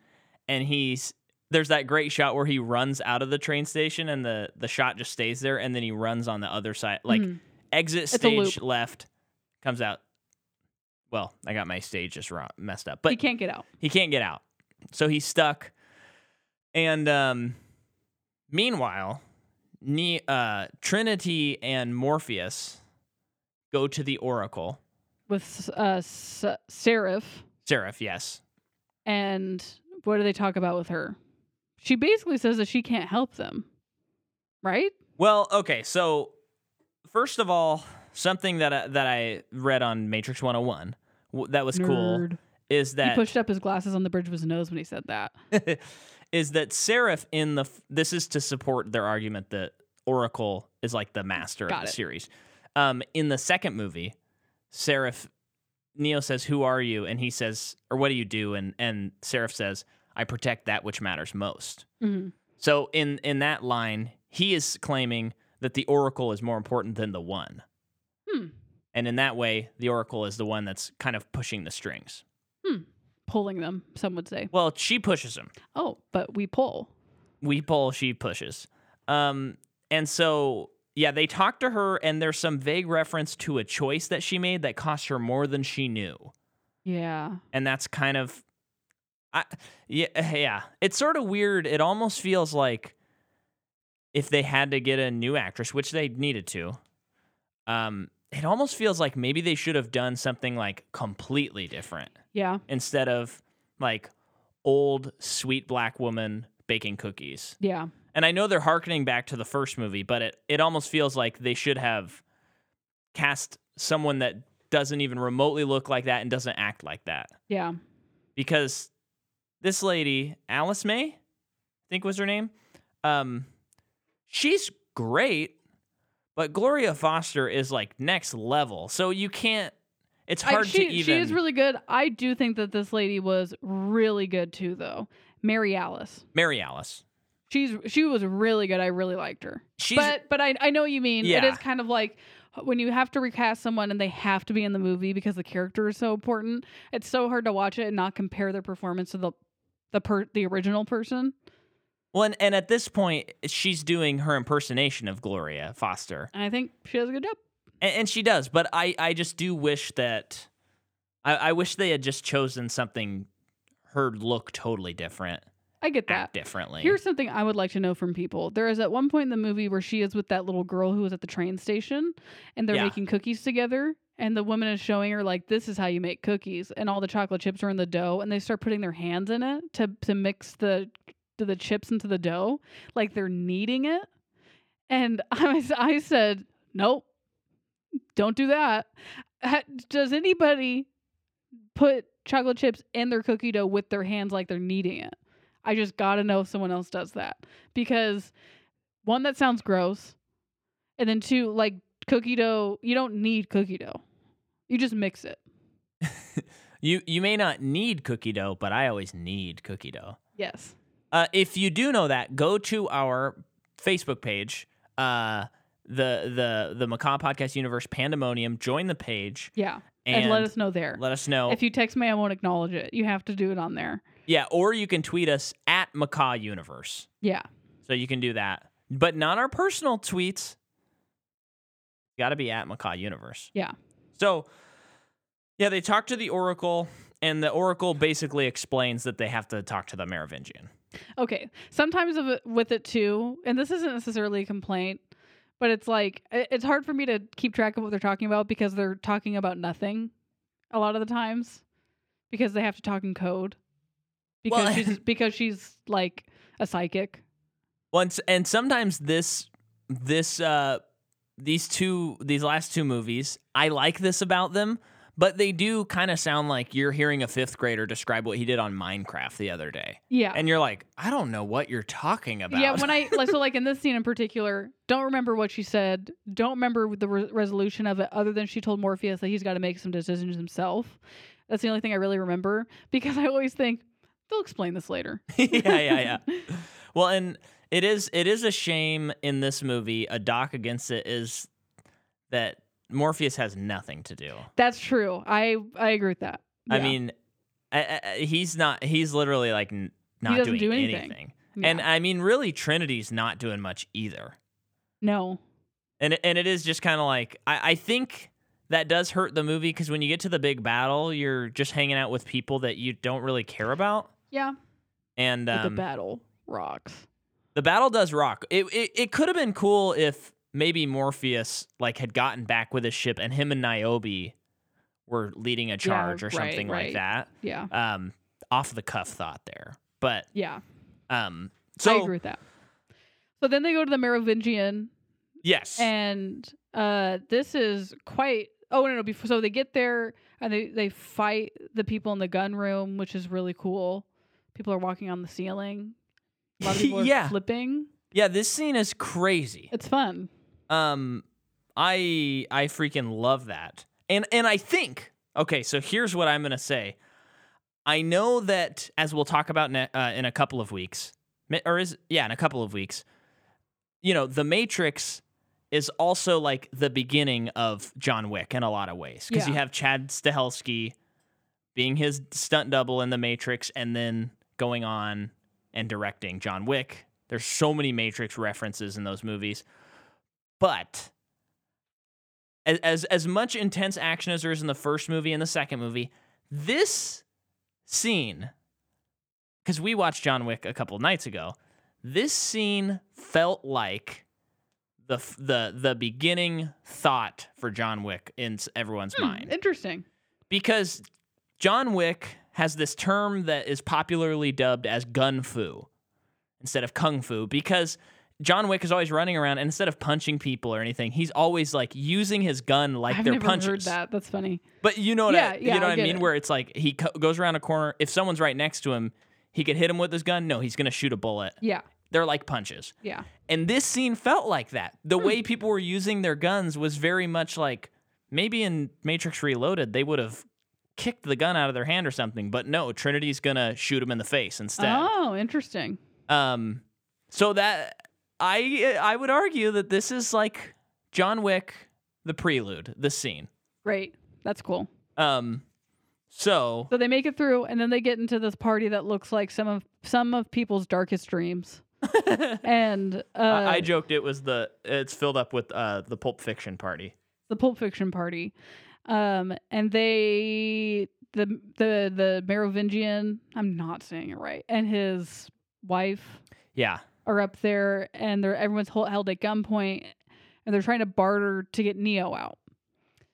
A: and he's there's that great shot where he runs out of the train station, and the the shot just stays there, and then he runs on the other side, like
B: Mhm.
A: exit
B: It's a loop.
A: stage left, comes out. Well, I got my stage just wrong, messed up,
B: he
A: but
B: can't get out.
A: he can't get out. So he's stuck. And um, meanwhile, ne- uh, Trinity and Morpheus go to the Oracle.
B: with uh, S- Seraph,
A: Seraph, yes.
B: and what do they talk about with her? She basically says that she can't help them, right?
A: Well, okay. So first of all, something that I, that I read on Matrix 101 w- that was cool
B: Nerd.
A: is
B: He
A: that
B: pushed up his glasses on the bridge of his nose when he said that.
A: is that Seraph in the f- this is to support their argument that Oracle is like the master
B: Got
A: of the
B: it.
A: series. Um, in the second movie, Seraph Neo says, "Who are you?" And he says, "Or what do you do?" And and Seraph says, "I protect that which matters most."
B: hmm
A: So in in that line, he is claiming that the oracle is more important than the one.
B: Hmm.
A: And in that way, the oracle is the one that's kind of pushing the strings.
B: Pulling them, some would say.
A: Well, she pushes him.
B: Oh, but we pull.
A: we pull, she pushes. Um, and so yeah, they talk to her, and there's some vague reference to a choice that she made that cost her more than she knew,
B: Yeah.
A: and that's kind of, I yeah eh, yeah, it's sort of weird. It almost feels like if they had to get a new actress, which they needed to, um, it almost feels like maybe they should have done something like completely different
B: Yeah.
A: instead of like old sweet black woman baking cookies
B: Yeah.
A: and I know they're harkening back to the first movie, but it, it almost feels like they should have cast someone that doesn't even remotely look like that and doesn't act like that.
B: Yeah.
A: Because this lady, Alice May, I think was her name, um, she's great, but Gloria Foster is like next level. So you can't, it's
B: I-
A: hard
B: she,
A: to even.
B: she is really good. I do think that this lady was really good too, though. Mary Alice.
A: Mary Alice.
B: She's she was really good. I really liked her.
A: She's,
B: but but I I know what you mean. It
A: Yeah.
B: is kind of like when you have to recast someone and they have to be in the movie because the character is so important. It's so hard to watch it and not compare their performance to the the per, the original person.
A: well, and, and at this point, she's doing her impersonation of Gloria Foster.
B: And I think she does a good job.
A: and, and she does but i i just do wish that I, I wish they had just chosen something her look totally different
B: I get that.
A: act differently
B: Here's something I would like to know from people. There is at one point in the movie where she is with that little girl who was at the train station and they're
A: Yeah.
B: making cookies together. And the woman is showing her like this is how you make cookies, and all the chocolate chips are in the dough, and they start putting their hands in it to to mix the to the chips into the dough, like they're kneading it. And I was, I said, nope, don't do that. Ha- Does anybody put chocolate chips in their cookie dough with their hands like they're kneading it? I just gotta know if someone else does that because one, that sounds gross, and then two, like cookie dough, you don't need cookie dough. You just mix it.
A: you you may not need cookie dough but i always need cookie dough
B: Yes.
A: uh, if you do know that go to our facebook page uh the the the macaw podcast universe pandemonium join the page
B: Yeah. And,
A: and,
B: let us know there.
A: let us know
B: If you text me, I won't acknowledge it. You have to do it on there.
A: yeah or you can tweet us at macaw universe
B: Yeah.
A: So you can do that, but not our personal tweets. Got to be at Macaw Universe.
B: Yeah.
A: So, yeah, they talk to the Oracle, and the Oracle basically explains that they have to talk to the Merovingian.
B: Okay. Sometimes of it- with it too, and this isn't necessarily a complaint, but it's like i- it's hard for me to keep track of what they're talking about because they're talking about nothing a lot of the times because they have to talk in code because
A: Well,
B: she's because she's like a psychic.
A: Once, and sometimes this, this, uh, these two, these last two movies, I like this about them, but they do kind of sound like you're hearing a fifth grader describe what he did on Minecraft the other day,
B: Yeah.
A: and you're like, I don't know what you're talking about.
B: Yeah, when I like so like in this scene in particular, don't remember what she said. Don't remember the re- resolution of it, other than she told Morpheus that he's got to make some decisions himself. That's the only thing I really remember because I always think they'll explain this later.
A: yeah, yeah, yeah. Well, and it is it is a shame in this movie. A doc against it is that Morpheus has nothing to do.
B: That's true. I I agree with that.
A: I
B: Yeah.
A: mean, I, I, he's not. He's literally like n- not
B: doesn't
A: doing
B: do anything.
A: anything.
B: Yeah.
A: And I mean, really, Trinity's not doing much either.
B: no,
A: And it- and it is just kind of like I, I think that does hurt the movie because when you get to the big battle, you're just hanging out with people that you don't really care about.
B: yeah,
A: And
B: but the
A: um,
B: battle rocks.
A: The battle does rock. It it, it could have been cool if maybe Morpheus like had gotten back with his ship and him and Niobe were leading a charge or
B: right,
A: something
B: right.
A: like that.
B: Yeah,
A: Um off the cuff thought there. But
B: yeah.
A: um
B: I
A: so
B: agree with that. So then they go to the Merovingian,
A: yes.
B: and uh, this is quite. Oh no, no. Before, so they get there and they they fight the people in the gun room, which is really cool. People are walking on the ceiling. A lot of people are
A: Yeah.
B: flipping.
A: yeah, this scene is crazy.
B: It's fun.
A: Um I I freaking love that. And and I think okay, so here's what I'm gonna say. I know that as we'll talk about ne- uh, in a couple of weeks, mi- or is yeah, in a couple of weeks, you know, The Matrix is also like the beginning of John Wick in a lot of ways because you
B: Yeah.
A: have Chad Stahelski being his stunt double in The Matrix, and then going on and directing John Wick. There's so many Matrix references in those movies, but as as, as much intense action as there is in the first movie and the second movie, this scene, because we watched John Wick a couple of nights ago, this scene felt like the f- the the beginning thought for John Wick in s- everyone's
B: Hmm,
A: mind
B: Interesting.
A: because John Wick has this term that is popularly dubbed as gun fu instead of kung fu because John Wick is always running around and instead of punching people or anything, he's always like using his gun like
B: I've
A: they're
B: never
A: punches.
B: heard that. That's funny.
A: But you know what
B: Yeah,
A: I,
B: yeah,
A: you know
B: I
A: what I
B: get
A: mean?
B: it.
A: Where it's like he co- goes around a corner. If someone's right next to him, he could hit him with his gun. No, he's gonna shoot a bullet.
B: Yeah.
A: They're like punches.
B: Yeah. Hmm.
A: And this scene felt like that. The way people were using their guns was very much like maybe in Matrix Reloaded, they would have kicked the gun out of their hand or something, but no, Trinity's gonna shoot him in the face instead.
B: Oh, interesting.
A: Um, so that I I would argue that this is like John Wick, the prelude, the scene.
B: Great. That's cool.
A: Um, so
B: So they make it through, and then they get into this party that looks like some of some of people's darkest dreams. and uh,
A: I, I joked it was the it's filled up with uh the Pulp Fiction party.
B: the Pulp Fiction party, um, and they the the the Merovingian. I'm not saying it right, and his wife
A: Yeah,
B: are up there, and they're everyone's hol- held at gunpoint, and they're trying to barter to get Neo out.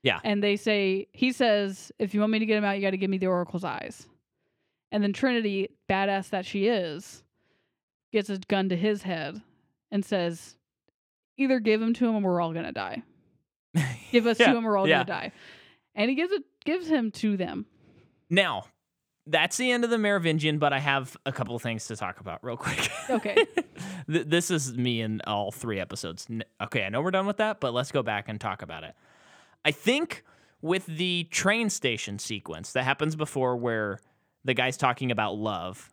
A: Yeah.
B: and they say he says, "If you want me to get him out, you got to give me the Oracle's eyes." And then Trinity, badass that she is, gets a gun to his head and says, "Either give him to him, or we're all gonna die." give us
A: Yeah,
B: to him or all
A: yeah.
B: gonna die. And he gives it gives him to them.
A: Now, that's the end of the Merovingian, but I have a couple of things to talk about real quick.
B: Okay.
A: Th- this is me in all three episodes. N- Okay, I know we're done with that, but let's go back and talk about it. I think with the train station sequence that happens before where the guy's talking about love,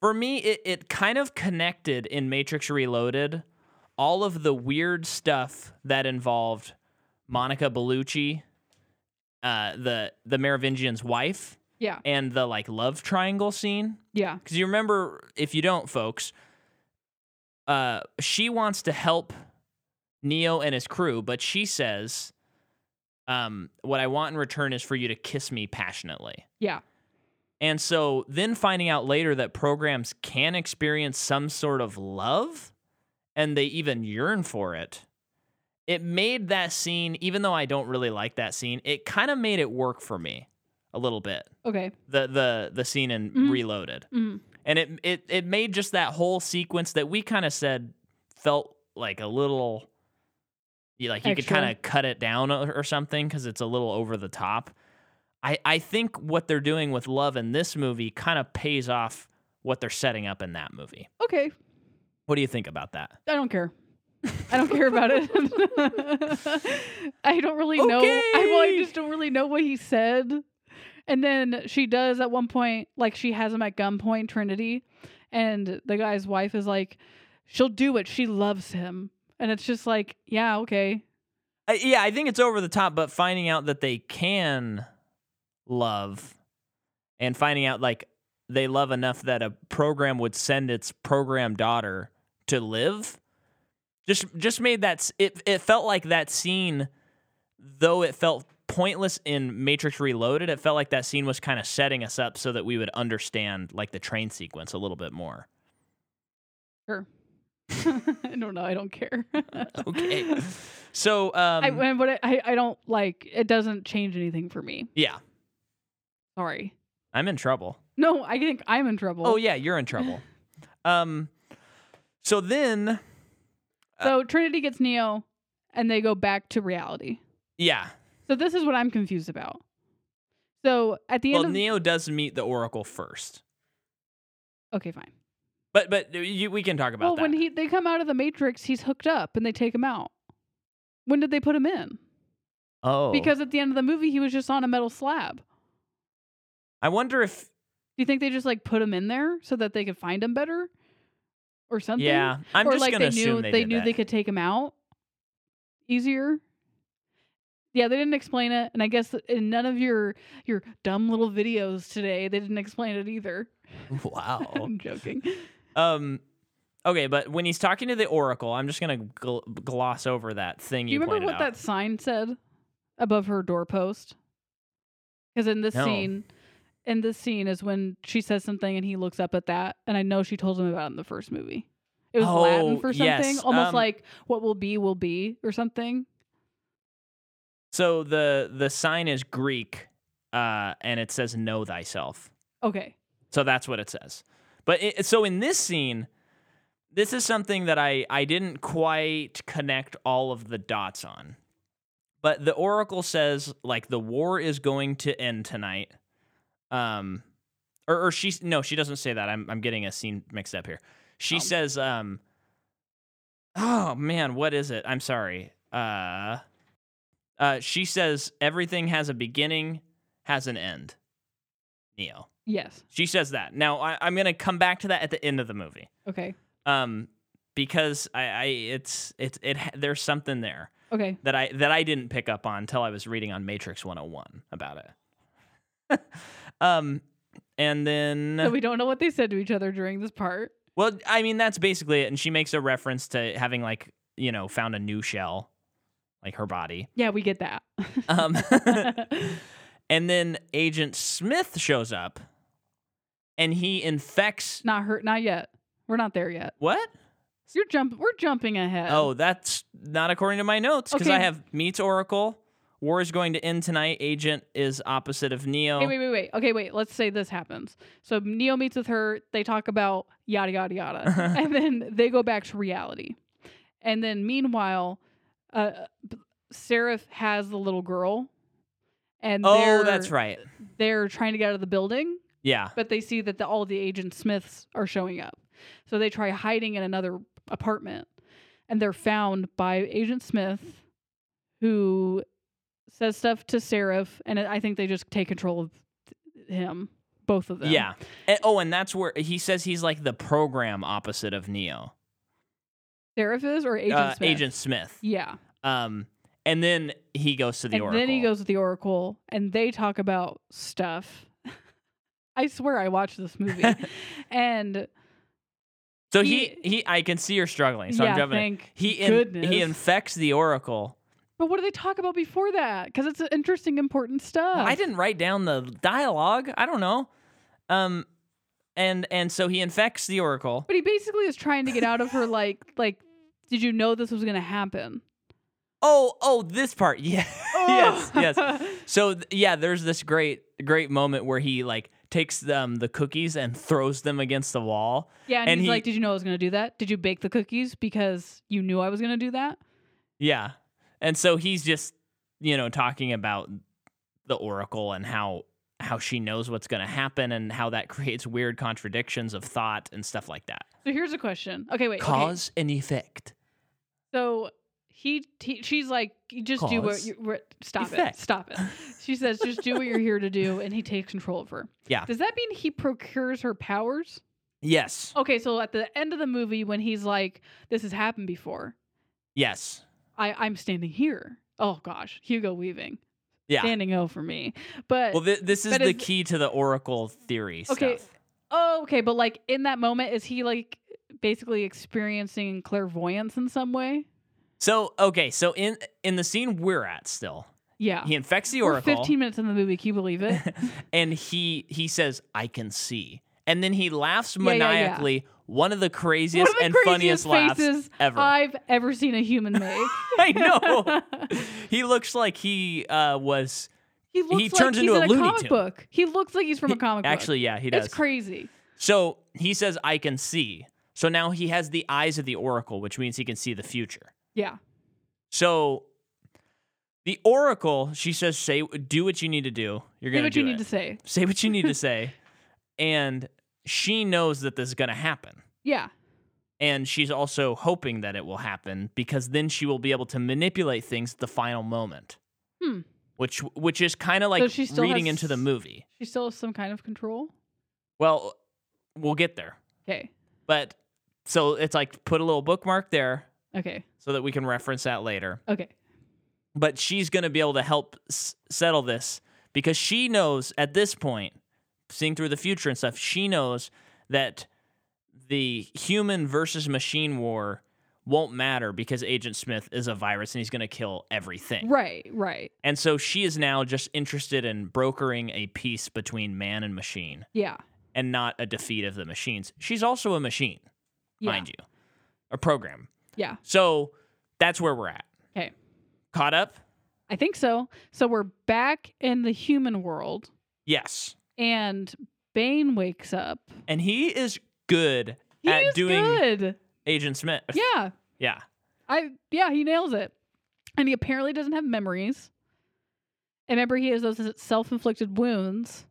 A: for me, it, it kind of connected in Matrix Reloaded all of the weird stuff that involved Monica Bellucci, uh, the, the Merovingian's wife,
B: yeah.
A: and the like love triangle scene.
B: Yeah.
A: Because you remember, if you don't, folks, uh, she wants to help Neo and his crew, but she says, um, "What I want in return is for you to kiss me passionately."
B: Yeah.
A: And so, then finding out later that programs can experience some sort of love, and they even yearn for it. It made that scene, even though I don't really like that scene, it kind of made it work for me a little bit.
B: Okay.
A: The the the scene in
B: Mhm.
A: Reloaded
B: Mm.
A: and it it it made just that whole sequence that we kind of said felt like a little you like you
B: Extra.
A: could kind of cut it down or, or something because it's a little over the top i i think what they're doing with love in this movie kind of pays off what they're setting up in that movie
B: Okay.
A: what do you think about that
B: I don't care. I don't care about it. I don't really know. I, well, I
A: Okay.
B: just don't really know what he said. And then she does at one point, like she has him at gunpoint, Trinity, and the guy's wife is like, "She'll do it. She loves him." And it's just like, yeah, okay,
A: I, yeah i think it's over the top but finding out that they can love and finding out like they love enough that a program would send its program daughter to live just just made that s- it it felt like that scene though it felt pointless in Matrix Reloaded it felt like that scene was kind of setting us up so that we would understand like the train sequence a little bit more
B: sure. I don't know. I don't care.
A: okay so
B: I,
A: um
B: I- but I, I don't like it doesn't change anything for me.
A: yeah
B: Sorry.
A: i'm in trouble
B: No, I think I'm in trouble.
A: Oh yeah, you're in trouble. um, so then, Uh,
B: So Trinity gets Neo and they go back to reality.
A: yeah.
B: So this is what I'm confused about. So at the
A: Well,
B: end of
A: Neo does meet the Oracle first,
B: Okay, fine.
A: but but you, we can talk about
B: Well,
A: that.
B: when he they come out of the matrix, he's hooked up and they take him out. When did they put him in?
A: Oh,
B: Because at the end of the movie, he was just on a metal slab. Do
A: I wonder if
B: you think they just like put him in there so that they could find him better, or something?
A: yeah. I'm
B: or
A: just
B: like
A: gonna
B: they
A: assume
B: knew
A: they, did
B: knew
A: that.
B: they could take him out easier. Yeah, they didn't explain it, and I guess th- in none of your your dumb little videos today, they didn't explain it either.
A: Wow.
B: I'm joking.
A: um. Okay, but when he's talking to the Oracle, I'm just gonna gl- gloss over that thing
B: Do
A: you,
B: you remember
A: pointed
B: what
A: out.
B: that sign said above her doorpost? Because in this
A: No.
B: scene, in this scene is when she says something and he looks up at that, and I know she told him about it in the first movie. It was Latin
A: Oh,
B: for something,
A: yes,
B: almost
A: um,
B: like "what will be will be" or something.
A: So the the sign is Greek, uh, and it says "Know thyself."
B: Okay,
A: So that's what it says. But it, so in this scene, this is something that I I didn't quite connect all of the dots on. But the oracle says like the war is going to end tonight. Um or or she no, she doesn't say that. I'm I'm getting a scene mixed up here. She
B: Oh.
A: says um Oh man, what is it? I'm sorry. Uh uh she says everything has a beginning, has an end. Neo.
B: yes,
A: She says that. Now I, I'm gonna come back to that at the end of the movie,
B: okay,
A: um, because I, I it's it's it ha- there's something there
B: okay.
A: that I that I didn't pick up on until I was reading on Matrix 101 about it. um, and then
B: So we don't know what they said to each other during this part.
A: well, I mean that's basically it. And she makes a reference to having like you know found a new shell, like her body.
B: Yeah, we get that.
A: Um, and then Agent Smith shows up, and he infects
B: not hurt. Not yet. We're not there yet.
A: what?
B: You're jump. We're jumping ahead.
A: Oh, that's not according to my notes because I
B: Okay.
A: have meets Oracle. War is going to end tonight. Agent is opposite of Neo.
B: Hey, wait, wait, wait. Okay, wait. Let's say this happens. So Neo meets with her. They talk about yada yada yada, and then they go back to reality. And then meanwhile, uh, b- Seraph has the little girl, and
A: oh,
B: they're,
A: that's right.
B: They're trying to get out of the building,
A: Yeah.
B: but they see that the, all the agent Smiths are showing up, so they try hiding in another apartment, and they're found by Agent Smith, who says stuff to Seraph, and I think they just take control of him, both of them.
A: Yeah. And- oh, and that's where he says he's like the program opposite of Neo.
B: Seraph is or Agent
A: Uh,
B: Smith.
A: Agent Smith.
B: Yeah,
A: Um, and then he goes to the
B: and
A: Oracle.
B: then he goes with the Oracle, and they talk about stuff. I swear I watched this movie, and
A: So he,
B: he-
A: he I can see you're struggling. So I'm
B: yeah,
A: jumping. in.
B: thank
A: he in,
B: goodness.
A: he infects the Oracle.
B: But what do they talk about before that? Because it's interesting, important stuff.
A: I didn't write down the dialogue. I don't know. Um, and and so he infects the Oracle.
B: But he basically is trying to get out of her like like did you know this was going to happen?
A: Oh, oh, this part. Yeah. yes, yes. So th- yeah, there's this great great moment where he like takes them the cookies and throws them against the wall.
B: yeah, and,
A: And
B: he's
A: he-
B: like, "Did you know I was going to do that? Did you bake the cookies because you knew I was going to do that?"
A: Yeah. And so he's just, you know, talking about the oracle and how how she knows what's going to happen and how that creates weird contradictions of thought and stuff like that.
B: So here's a question. Okay, wait. okay.
A: Cause and effect.
B: So he, he she's like, "You just do what
A: Cause
B: you what- stop
A: effect.
B: it. Stop it. She says, "Just do what you're here to do," and he takes control of her.
A: Yeah.
B: Does that mean he procures her powers?
A: Yes.
B: Okay, so at the end of the movie when he's like, "This has happened before.
A: Yes.
B: I I'm standing here." Oh gosh, Hugo Weaving.
A: Yeah.
B: standing O for me. But
A: well, th- this is
B: but
A: the
B: is-
A: key to the oracle theory
B: Okay.
A: stuff.
B: oh, okay, but like in that moment, is he like basically experiencing clairvoyance in some way?
A: So, okay, so in in the scene we're at still,
B: Yeah.
A: he infects the
B: We're
A: oracle.
B: 15 minutes in the movie. Can you believe it?
A: and he he says i can see and then he laughs
B: Yeah, yeah, yeah.
A: maniacally one of the
B: One
A: craziest
B: of the
A: and
B: craziest
A: funniest laughs
B: faces
A: ever
B: I've ever seen a human make.
A: i know he looks like he uh was
B: he looks
A: He
B: like
A: turns
B: he's
A: into
B: in
A: a
B: a
A: Looney
B: comic
A: Tune.
B: book. He looks like he's from a comic
A: actually yeah he
B: book.
A: does
B: Oh, It's crazy.
A: so he says i can see so now he has the eyes of the oracle which means he can see the future
B: Yeah.
A: so the oracle she says say do what you need to do
B: Say
A: you're gonna
B: what
A: do
B: you
A: it.
B: need to say.
A: say what you need to say and she knows that this is gonna happen
B: Yeah.
A: And she's also hoping that it will happen because then she will be able to manipulate things at the final moment.
B: Hmm.
A: Which which is kind of like
B: she still
A: reading
B: has-
A: into the movie.
B: She still has some kind of control.
A: Well, we'll get there.
B: Okay.
A: But so it's like put a little bookmark there
B: Okay.
A: so that we can reference that later.
B: Okay.
A: But she's going to be able to help s- settle this because she knows at this point, seeing through the future and stuff, she knows that the human versus machine war won't matter because Agent Smith is a virus and he's going to kill everything.
B: Right. Right.
A: And so she is now just interested in brokering a peace between man and machine
B: Yeah.
A: and not a defeat of the machines. She's also a machine
B: yeah.
A: mind you, a program.
B: Yeah.
A: So that's where we're at.
B: 'Kay.
A: Caught up?
B: I think so. So we're back in the human world,
A: Yes.
B: and Bane wakes up.
A: And he is good
B: He
A: At
B: is
A: doing-
B: good.
A: Agent Smith.
B: Yeah.
A: Yeah.
B: I yeah, he nails it. And he apparently doesn't have memories. And remember he has those self-inflicted wounds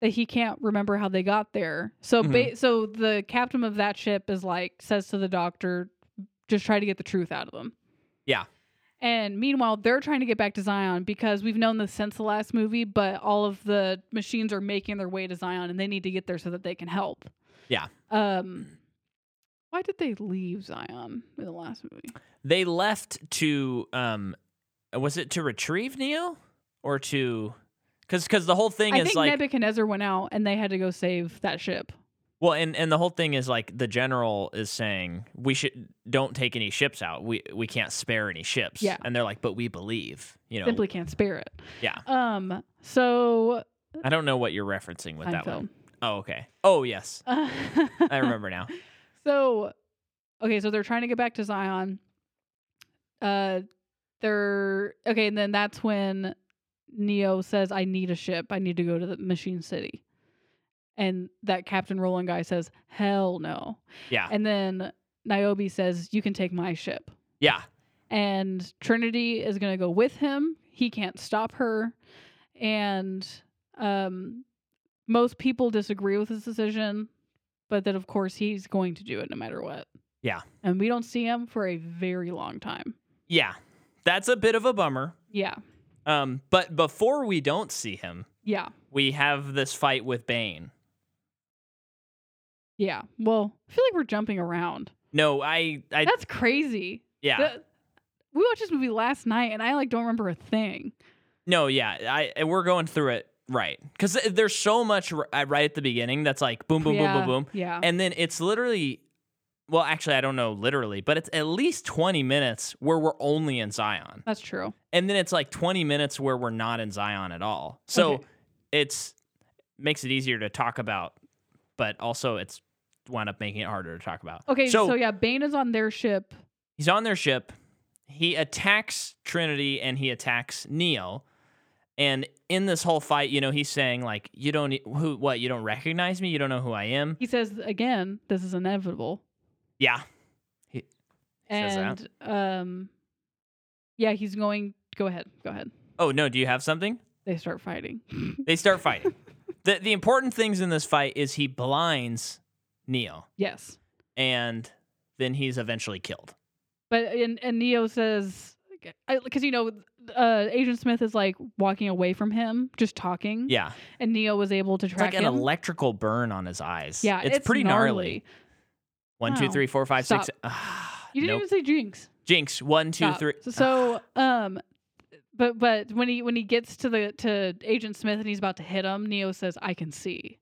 B: that he can't remember how they got there. So
A: Mm-hmm.
B: ba- so the captain of that ship is like says to the doctor just try to get the truth out of them.
A: Yeah.
B: And meanwhile, they're trying to get back to Zion because we've known this since the last movie, but all of the machines are making their way to Zion and they need to get there so that they can help.
A: Yeah.
B: Um why did they leave Zion in the last movie?
A: They left to um was it to retrieve Neo or to cuz cuz the whole thing
B: I
A: is
B: think
A: like
B: Nebuchadnezzar went out and they had to go save that ship.
A: well and and the whole thing is like the general is saying we should don't take any ships out. We we can't spare any ships.
B: Yeah.
A: And they're like but we believe, you know.
B: Simply can't spare it.
A: Yeah.
B: Um. So
A: I don't know what you're referencing with that
B: Seinfeld.
A: one. Oh, okay. Oh, yes.
B: Uh,
A: I remember now.
B: So, okay. So they're trying to get back to Zion. Uh, they're okay, and then that's when Neo says, "I need a ship. I need to go to the Machine City." And that Captain Roland guy says, "Hell no."
A: Yeah.
B: And then Niobe says, "You can take my ship."
A: Yeah.
B: and Trinity is going to go with him. He can't stop her. And um, most people disagree with his decision, but that, of course, he's going to do it no matter what.
A: Yeah.
B: And we don't see him for a very long time.
A: Yeah. That's a bit of a bummer.
B: Yeah.
A: Um, but before we don't see him,
B: Yeah.
A: we have this fight with Bane.
B: Yeah. Well, I feel like we're jumping around.
A: No, I, I,
B: That's crazy.
A: yeah,
B: The- we watched this movie last night and I like don't remember a thing.
A: no, yeah, I, and we're going through it right because there's so much r- uh, right at the beginning that's like boom, boom,
B: yeah.
A: boom, boom, boom,
B: Yeah.
A: and then it's literally, well, actually, I don't know literally, but it's at least 20 minutes where we're only in Zion,
B: That's true.
A: and then it's like 20 minutes where we're not in Zion at all. So
B: Okay.
A: it's makes it easier to talk about, but also it's wound up making it harder to talk about.
B: Okay.
A: so,
B: So, yeah, Bane is on their ship.
A: he's on their ship. He attacks Trinity and he attacks Neo. And in this whole fight, you know, he's saying like, "You don't e-, who what? You don't recognize me? You don't know who I am?"
B: He says, again, this is inevitable.
A: Yeah, Says
B: and
A: that.
B: um yeah he's going go ahead go ahead
A: Oh no, do you have something?
B: they start fighting
A: They start fighting. the the important things in this fight is he blinds Neo
B: yes
A: and then he's eventually killed.
B: but and, and neo says because you know uh agent smith is like walking away from him just talking
A: Yeah.
B: and neo was able to
A: It's like
B: track
A: an
B: him
A: electrical burn on his eyes.
B: yeah
A: It's, pretty gnarly. One, two,
B: Wow.
A: three, four, five, six.
B: Stop.
A: Ah,
B: you didn't
A: nope.
B: even say jinx
A: Jinx. One, two,
B: Stop.
A: three.
B: so um but but when he when he gets to the to agent smith and he's about to hit him neo says i can see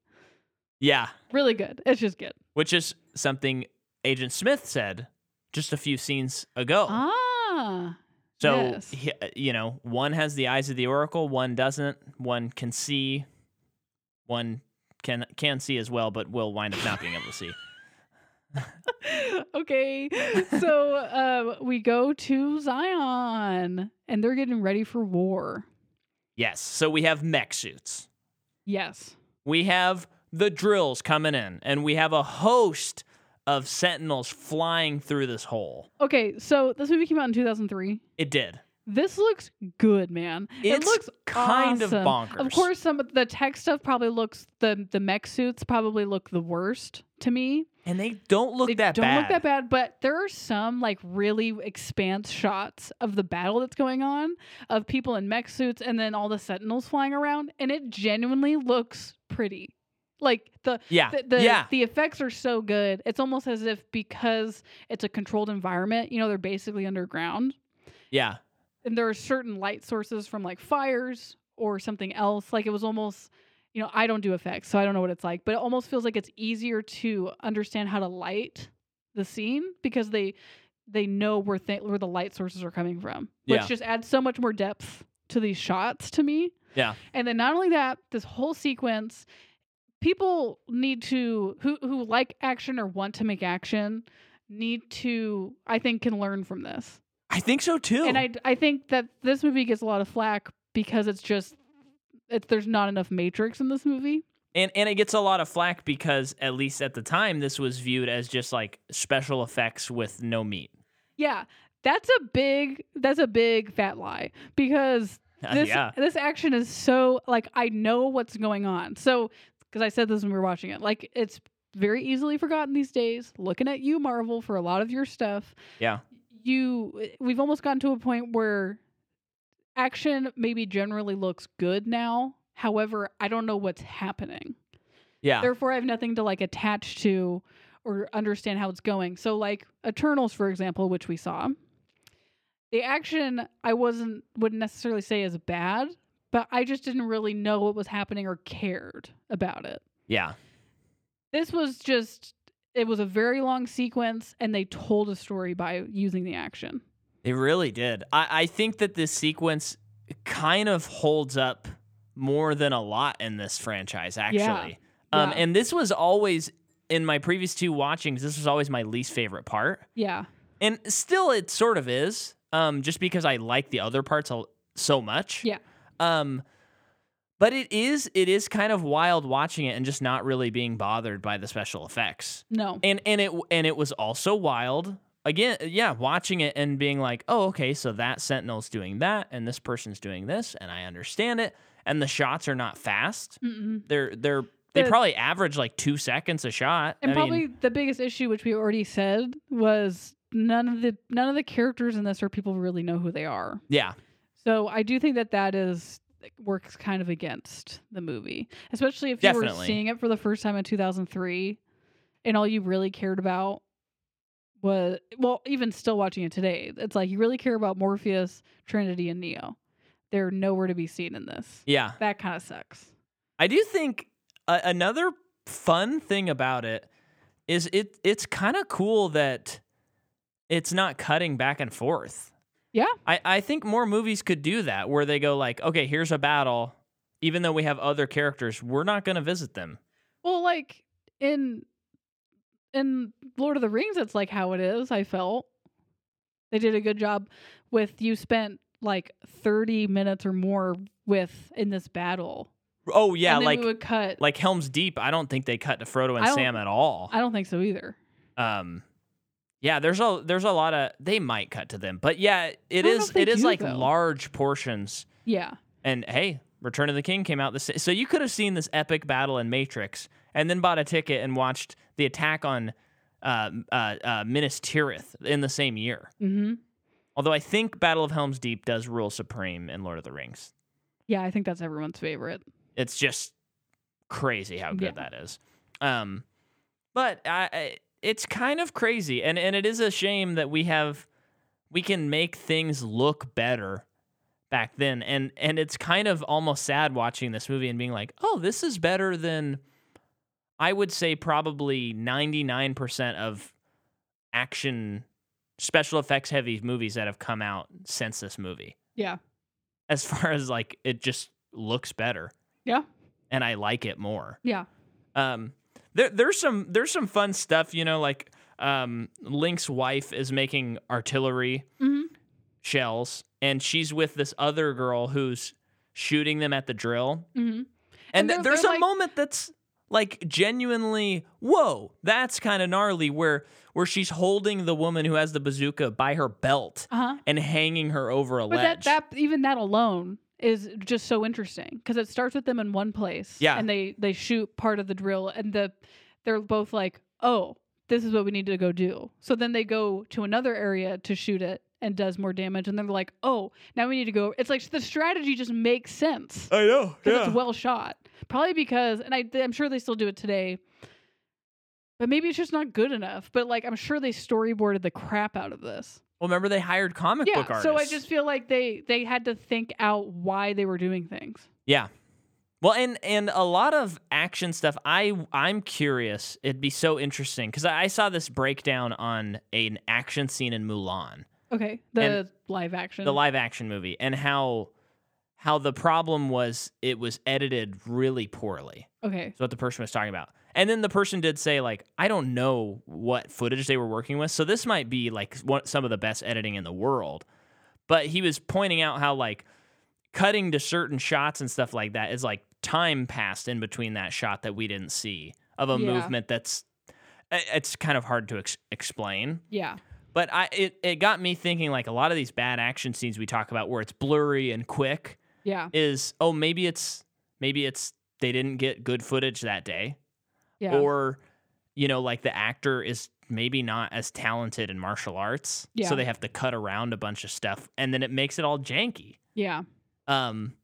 A: Yeah.
B: really good it's just good
A: which is something Agent Smith said just a few scenes ago.
B: ah
A: so,
B: yes.
A: he- uh, you know, one has the eyes of the oracle, one doesn't, one can see, one can can see as well, but will wind up not being able to see.
B: okay. So uh, we go to Zion and they're getting ready for war.
A: Yes. So we have mech suits.
B: Yes.
A: We have the drills coming in, and we have a host of sentinels flying through this hole.
B: Okay. So this movie came out in 2003.
A: It did.
B: This looks good, man.
A: It's
B: it looks
A: kind of
B: awesome.
A: bonkers.
B: Of course, some of the tech stuff probably looks the the mech suits probably look the worst to me.
A: and they don't look
B: They
A: that
B: don't
A: bad.
B: look that bad, but there are some like really expanse shots of the battle that's going on of people in mech suits and then all the sentinels flying around, and it genuinely looks pretty. Like the
A: Yeah,
B: the the,
A: Ah, yeah.
B: the effects are so good. It's almost as if because it's a controlled environment, you know, they're basically underground
A: yeah,
B: and there are certain light sources from like fires or something else. Like it was almost, you know, I don't do effects, so I don't know what it's like, but it almost feels like it's easier to understand how to light the scene because they they know where th- where the light sources are coming from, which
A: Yeah.
B: just adds so much more depth to these shots to me.
A: Yeah.
B: And then not only that, this whole sequence people need to who who like action or want to make action need to I think can learn from this.
A: I think so too.
B: And I, I think that this movie gets a lot of flack because it's just it's there's not enough Matrix in this movie.
A: and and it gets a lot of flack because at least at the time this was viewed as just like special effects with no meat.
B: Yeah, that's a big that's a big fat lie because this
A: Uh, yeah,
B: this action is so like I know what's going on. So because I said this when we were watching it, like it's very easily forgotten these days. Looking at you, Marvel, for a lot of your stuff.
A: Yeah.
B: you we've almost gotten to a point where action maybe generally looks good now. However, I don't know what's happening.
A: yeah,
B: Therefore, I have nothing to like attach to or understand how it's going. So, like Eternals, for example, which we saw, the action I wasn't wouldn't necessarily say is bad, but I just didn't really know what was happening or cared about it.
A: yeah,
B: This was just it was a very long sequence, and they told a story by using the action.
A: it really did. I I think that this sequence kind of holds up more than a lot in this franchise actually. Um,
B: Yeah.
A: and this was always in my previous two watchings. This was always my least favorite part.
B: Yeah,
A: and still it sort of is um just because i like the other parts a- so much
B: Yeah.
A: um but it is it is kind of wild watching it and just not really being bothered by the special effects
B: no,
A: and and it and it was also wild again yeah watching it and being like oh okay so that sentinel's doing that and this person's doing this and i understand it and the shots are not fast
B: Mm-mm.
A: they're they're they
B: The-
A: probably average like two seconds a shot
B: and
A: I mean,
B: probably the biggest issue, which we already said, was none of the none of the characters in this are people who really know who they are.
A: yeah
B: So I do think that that is works kind of against the movie, especially if you were
A: Definitely.
B: seeing it for the first time in 2003, and all you really cared about was well, even still watching it today, it's like you really care about Morpheus, Trinity, and Neo. They're nowhere to be seen in this.
A: yeah
B: That kind of sucks.
A: I do think uh, another fun thing about it is it it's kind of cool that it's not cutting back and forth.
B: Yeah.
A: I, I think more movies could do that where they go like, okay, here's a battle. Even though we have other characters, we're not going to visit them.
B: Well, like in in Lord of the Rings, it's like how it is. I felt they did a good job with you spent like thirty minutes or more with in this battle.
A: Oh yeah,
B: and then
A: like
B: we would cut.
A: like Helm's Deep. I don't think they cut to Frodo and
B: I don't-
A: Sam at all.
B: I don't think so either.
A: um yeah there's a there's a lot of they might cut to them but yeah it
B: don't know
A: is
B: if they
A: it is
B: do,
A: like
B: though.
A: large portions
B: Yeah,
A: And hey, Return of the King came out this so you could have seen this epic battle in Matrix and then bought a ticket and watched the attack on uh, uh, uh, Minas Tirith in the same year.
B: hmm
A: Although I think Battle of Helm's Deep does rule supreme in Lord of the Rings.
B: yeah. I think that's everyone's favorite.
A: It's just crazy how good
B: Yeah.
A: that is. Um, but I, I, it's kind of crazy, and and it is a shame that we have we can make things look better back then, and and it's kind of almost sad watching this movie and being like, oh, this is better than I would say probably ninety nine percent of action special effects heavy movies that have come out since this movie.
B: Yeah.
A: As far as like it just looks better.
B: Yeah.
A: And I like it more
B: Yeah,
A: um there, there's some there's some fun stuff you know like um link's wife is making artillery
B: Mhm.
A: shells and she's with this other girl who's shooting them at the drill
B: hmm
A: and,
B: And
A: th-
B: they're-
A: there's
B: they're
A: a
B: like-
A: moment that's like genuinely, whoa, that's kind of gnarly. Where where she's holding the woman who has the bazooka by her belt
B: Uh huh.
A: and hanging her over a
B: But that
A: ledge.
B: that even that alone is just so interesting because it starts with them in one place.
A: Yeah.
B: And they they shoot part of the drill and the they're both like, oh, this is what we need to go do. So then they go to another area to shoot it and does more damage and they're like, oh, now we need to go. It's like the strategy just makes sense.
A: I know.
B: because it's well shot. Probably because, and I, I'm sure they still do it today, but maybe it's just not good enough. But like, I'm sure they storyboarded the crap out of this.
A: Well, remember they hired comic
B: yeah.
A: book artists.
B: So I just feel like they they had to think out why they were doing things.
A: Yeah. Well, and and a lot of action stuff. I I'm curious. It'd be so interesting because I, I saw this breakdown on an action scene in Mulan,
B: Okay. The
A: And
B: live action.
A: the live action movie, and how how the problem was it was edited really poorly.
B: okay.
A: Is what the person was talking about. And then the person did say like, I don't know what footage they were working with, so this might be like one, some of the best editing in the world. But he was pointing out how like cutting to certain shots and stuff like that is like time passed in between that shot that we didn't see of a
B: Yeah.
A: movement that's i- it's kind of hard to ex- explain
B: Yeah.
A: but i it, it got me thinking like a lot of these bad action scenes we talk about where it's blurry and quick
B: Yeah.
A: is oh maybe it's maybe it's they didn't get good footage that day
B: Yeah.
A: or you know like the actor is maybe not as talented in martial arts
B: Yeah.
A: so they have to cut around a bunch of stuff and then it makes it all janky
B: yeah.
A: um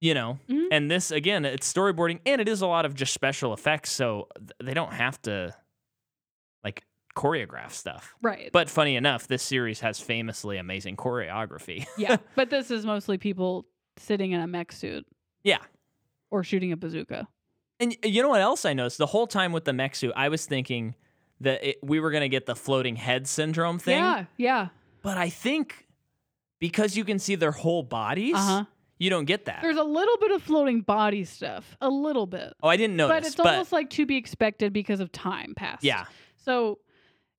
A: you know
B: Mhm.
A: and this again it's storyboarding and it is a lot of just special effects so th- they don't have to like choreograph stuff
B: Right.
A: but funny enough this series has famously amazing choreography
B: yeah. But this is mostly people sitting in a mech suit.
A: Yeah.
B: Or shooting a bazooka.
A: And y- you know what else I noticed? The whole time with the mech suit, I was thinking that it, we were going to get the floating head syndrome thing.
B: Yeah. Yeah.
A: But I think because you can see their whole bodies,
B: Uh huh.
A: you don't get that.
B: There's a little bit of floating body stuff. A little bit.
A: oh, I didn't notice.
B: but it's almost like to be expected because of time passed.
A: yeah,
B: So,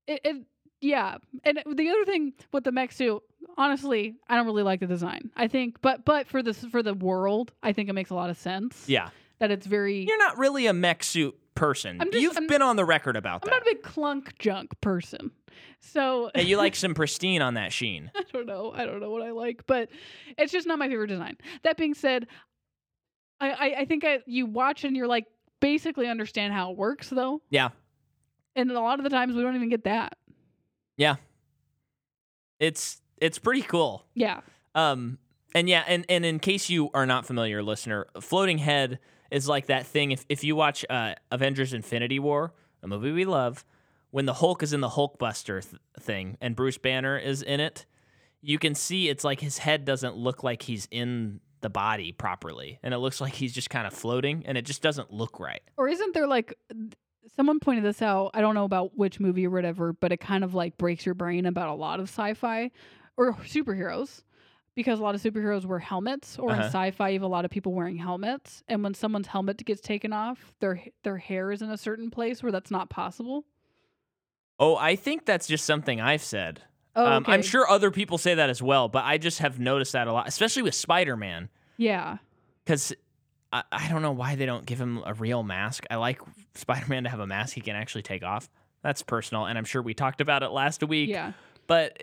B: it, it yeah, and it- the other thing with the mech suit, honestly, I don't really like the design. I think, but but for this for the world, I think it makes a lot of sense.
A: yeah.
B: that it's very.
A: You're not really a mech suit person.
B: I'm just-
A: You've
B: I'm-
A: been on the record about
B: I'm
A: that.
B: not a big clunk junk person, so
A: Hey, you like some pristine on that sheen.
B: I don't know. I don't know what I like, but it's just not my favorite design. That being said, I I, I think I, you watch and you're like basically understand how it works though.
A: Yeah.
B: And a lot of the times we don't even get that.
A: It's it's pretty cool.
B: Yeah.
A: Um, and yeah, and, and in case you are not familiar, listener, floating head is like that thing. If if you watch uh, Avengers: Infinity War, a movie we love, when the Hulk is in the Hulkbuster th- thing and Bruce Banner is in it, you can see it's like his head doesn't look like he's in the body properly, and it looks like he's just kind of floating, and it just doesn't look right.
B: Or isn't there like th- someone pointed this out? I don't know about which movie or whatever, but it kind of like breaks your brain about a lot of sci-fi or superheroes because a lot of superheroes wear helmets or in
A: Uh-huh.
B: sci-fi you have a lot of people wearing helmets and when someone's helmet gets taken off their their hair is in a certain place where that's not possible
A: Oh, I think that's just something I've said.
B: oh
A: um, I'm
B: okay.
A: sure other people say that as well, but I just have noticed that a lot, especially with Spider-Man.
B: yeah
A: because I, I don't know why they don't give him a real mask. I like Spider Man to have a mask he can actually take off. That's personal, and I'm sure we talked about it last week.
B: yeah
A: But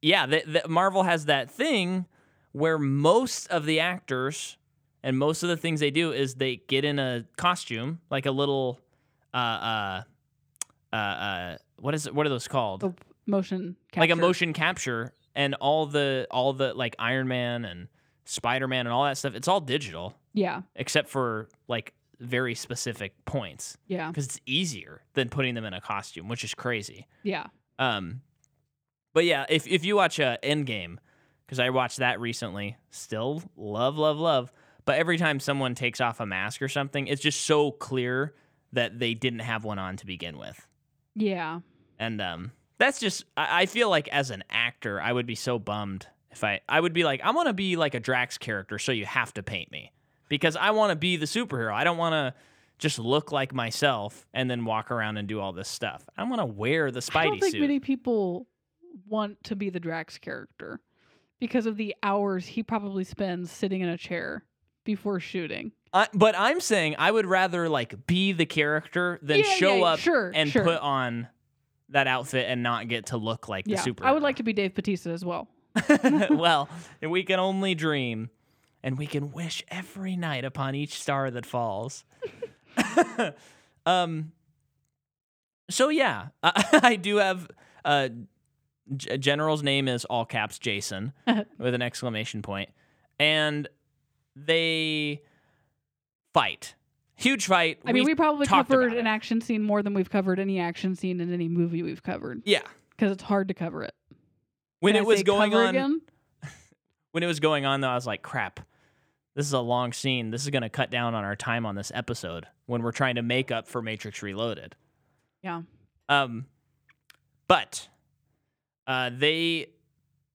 A: yeah, the, the, Marvel has that thing where most of the actors and most of the things they do is they get in a costume, like a little, uh, uh, uh, uh what is it? What are those called?
B: The motion capture.
A: like a motion capture and all the all the like Iron Man and Spider Man and all that stuff. It's all digital
B: yeah
A: except for like very specific points
B: yeah
A: because it's easier than putting them in a costume, which is crazy.
B: yeah
A: Um, but yeah, if if you watch uh, Endgame, because I watched that recently, still love, love, love. But every time someone takes off a mask or something, it's just so clear that they didn't have one on to begin with,
B: yeah
A: and um, that's just I, I feel like as an actor, I would be so bummed if I I would be like I want to be like a Drax character, so you have to paint me because I want to be the superhero. I don't want to just look like myself and then walk around and do all this stuff. I want to wear the Spidey
B: I don't think
A: suit.
B: many people want to be the Drax character because of the hours he probably spends sitting in a chair before shooting.
A: I, but I'm saying I would rather like be the character than
B: Yeah,
A: show
B: yeah,
A: up
B: sure,
A: and
B: sure.
A: put on that outfit and not get to look like
B: Yeah,
A: the super.
B: I would like to be Dave Bautista as well.
A: well, we can only dream, and we can wish every night upon each star that falls. um. So yeah, I, I do have uh, G- General's name is all caps Jason with an exclamation point, and they fight. Huge fight.
B: I mean, we probably
A: talked
B: covered
A: about
B: an
A: it.
B: action scene more than we've covered any action scene in any movie we've covered
A: yeah
B: because it's hard to cover it.
A: when
B: Can
A: it
B: I
A: was
B: say
A: going
B: cover
A: on.
B: again?
A: when it was going on though, I was like, crap, this is a long scene. This is gonna cut down on our time on this episode when we're trying to make up for Matrix Reloaded.
B: Yeah.
A: Um but uh they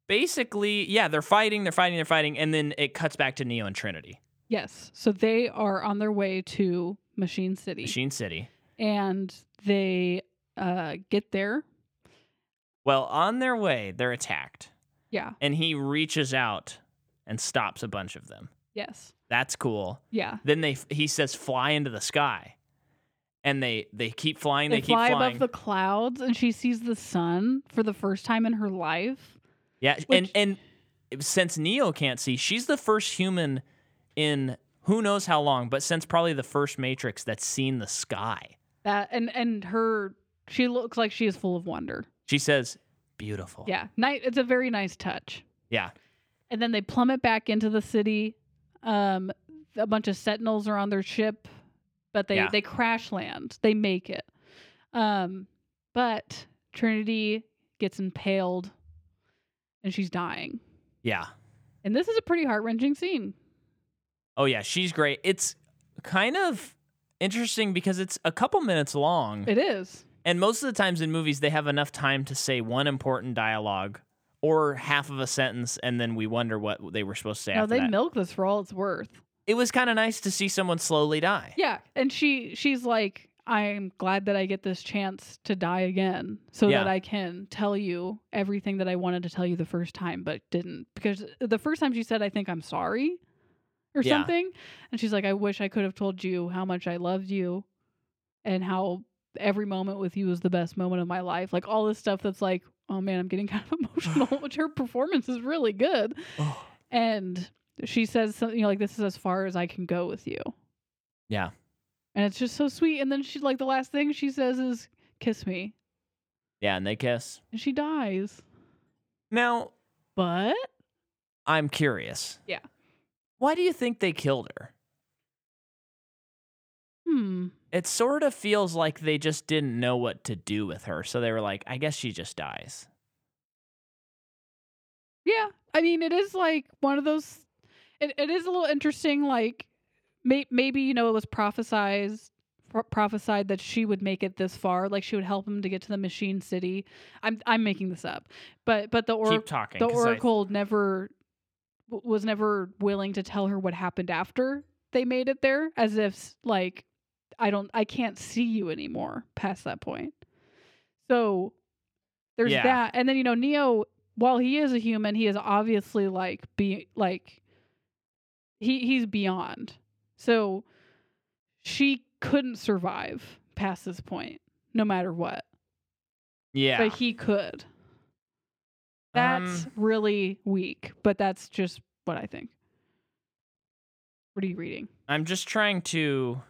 A: basically yeah, they're fighting, they're fighting, they're fighting, and then it cuts back to Neo and Trinity.
B: Yes. So they are on their way to Machine City,
A: Machine City.
B: and they uh, get there.
A: Well, on their way, they're attacked.
B: Yeah.
A: And he reaches out and stops a bunch of them.
B: Yes.
A: That's cool.
B: Yeah.
A: Then they he says fly into the sky. And they they keep flying, they,
B: they
A: keep
B: fly
A: flying.
B: above the clouds, and she sees the sun for the first time in her life.
A: Yeah,
B: Which-
A: and and since Neo can't see, she's the first human in who knows how long, but since probably the first Matrix that's seen the sky.
B: That and and her, she looks like she is full of wonder.
A: She says, "Beautiful."
B: Yeah. Night. It's a very nice touch.
A: Yeah.
B: and then they plummet back into the city. Um, a bunch of sentinels are on their ship, but they
A: Yeah.
B: they crash land. They make it. Um, but Trinity gets impaled, and she's dying.
A: Yeah.
B: And this is a pretty heart wrenching scene.
A: Oh yeah, she's great. It's kind of interesting because it's a couple minutes long,
B: It is.
A: and most of the times in movies they have enough time to say one important dialogue or half of a sentence and then we wonder what they were supposed to say
B: No,
A: after
B: they
A: that.
B: milk this for all it's worth.
A: it was kind of nice to see someone slowly die.
B: Yeah, and she she's like, I'm glad that I get this chance to die again, so
A: Yeah.
B: that I can tell you everything that I wanted to tell you the first time, but didn't because the first time she said, I think I'm sorry, or
A: Yeah.
B: something, and she's like, I wish I could have told you how much I loved you, and how every moment with you was the best moment of my life, like all this stuff that's like, oh man, I'm getting kind of emotional, which her performance is really good,
A: Oh.
B: and she says something you know, like, this is as far as I can go with you.
A: Yeah.
B: And it's just so sweet. And then she like the last thing she says is kiss me.
A: Yeah, and they kiss.
B: And she dies.
A: Now,
B: But
A: I'm curious.
B: Yeah.
A: Why do you think they killed her?
B: hmm.
A: It sort of feels like they just didn't know what to do with her. So they were like, I guess she just dies.
B: Yeah. I mean, it is like one of those it, it is a little interesting like may, maybe you know it was prophesized pro- prophesied that she would make it this far like she would help him to get to the machine city i'm i'm making this up but but the or
A: Keep talking.
B: the
A: 'cause I-
B: oracle never w- was never willing to tell her what happened after they made it there as if like i don't i can't see you anymore past that point so there's
A: Yeah.
B: that and then you know neo while he is a human he is obviously like be like he he's beyond so she couldn't survive past this point no matter what
A: yeah.
B: but he could that's
A: Um,
B: really weak, but that's just what I think. What are you reading?
A: I'm just trying to.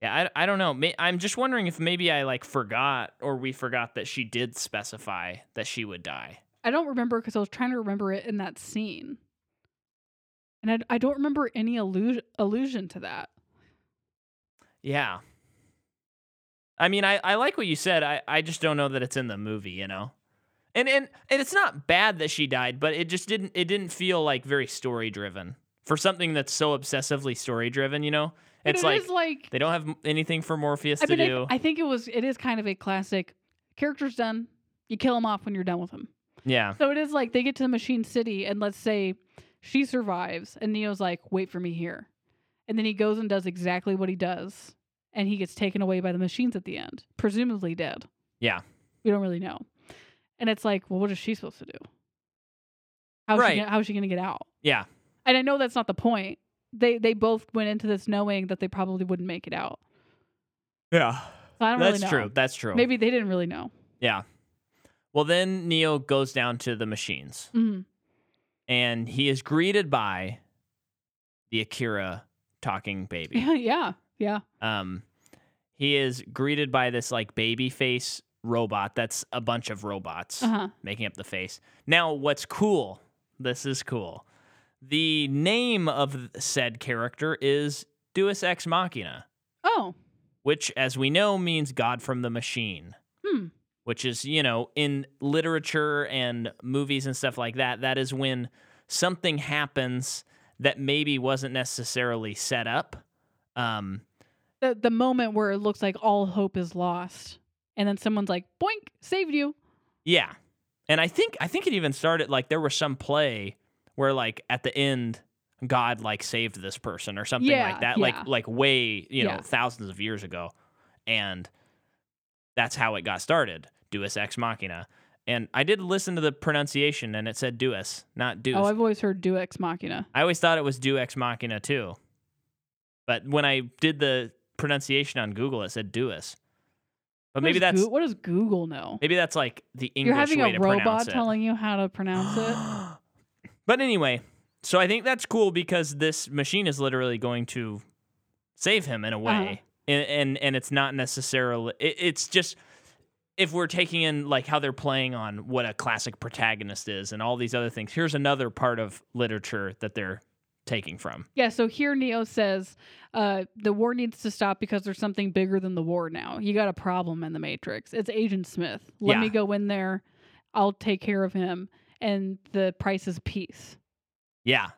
A: Yeah, I, I don't know. May- I'm just wondering if maybe I like forgot or we forgot that she did specify that she would die.
B: I don't remember because I was trying to remember it in that scene. And I, I don't remember any allusion, allusion to that.
A: Yeah. I mean, I, I like what you said. I, I just don't know that it's in the movie, you know? And, and and it's not bad that she died, but it just didn't it didn't feel like very story driven for something that's so obsessively story driven, you know?
B: But
A: it's
B: it
A: like,
B: is like
A: they don't have m- anything for Morpheus
B: I
A: to
B: mean, I-
A: do.
B: I think it was it is kind of a classic character's done. You kill him off when you're done with him.
A: yeah.
B: So it is like they get to the Machine City, and let's say she survives, and Neo's like, wait for me here. And then he goes and does exactly what he does, and he gets taken away by the machines at the end, presumably dead.
A: Yeah.
B: We don't really know. And it's like, well, what is she supposed to do? How's
A: Right.
B: she gonna, how's she going to get out?
A: Yeah.
B: And I know that's not the point. they they both went into this knowing that they probably wouldn't make it out.
C: Yeah.
B: So I don't
A: That's
B: really know.
A: true. That's true.
B: Maybe they didn't really know.
C: Yeah.
A: Well, then Neo goes down to the machines
B: Mhm.
A: and he is greeted by the Akira talking baby.
B: yeah, yeah.
A: um, he is greeted by this like baby face robot that's a bunch of robots
B: Uh huh.
A: making up the face. Now, what's cool? This is cool. The name of said character is Deus Ex Machina,
B: Oh,
A: which, as we know, means God from the Machine.
B: hmm.
A: which is you know in literature and movies and stuff like that that is when something happens that maybe wasn't necessarily set up um
B: The the moment where it looks like all hope is lost, and then someone's like, "Boink, saved you."
A: yeah and i think i think it even started like there was some play where like at the end god like saved this person or something
B: Yeah,
A: like that
B: yeah.
A: like like way you
B: Yeah.
A: know thousands of years ago and that's how it got started deus ex machina and i did listen to the pronunciation and it said deus not deus
B: Oh, I've always heard "Do ex machina."
A: I always thought it was Do Ex Machina too. But when I did the pronunciation on Google, it said Deus. But
B: What
A: maybe
B: does
A: that's
B: Goo- what does Google know?
A: maybe that's like the English
B: You're having
A: way
B: a
A: to pronounce
B: robot
A: it.
B: telling you how to pronounce it.
A: but anyway, so I think that's cool because this machine is literally going to save him in a way,
B: Uh-huh.
A: and, and and it's not necessarily. It, it's just if we're taking in like how they're playing on what a classic protagonist is and all these other things. Here's another part of literature that they're taking from.
B: Yeah, so here Neo says uh, the war needs to stop because there's something bigger than the war now. You got a problem in the Matrix. It's Agent Smith. Let
A: Yeah.
B: me go in there. I'll take care of him. And the price is peace.
A: Yeah.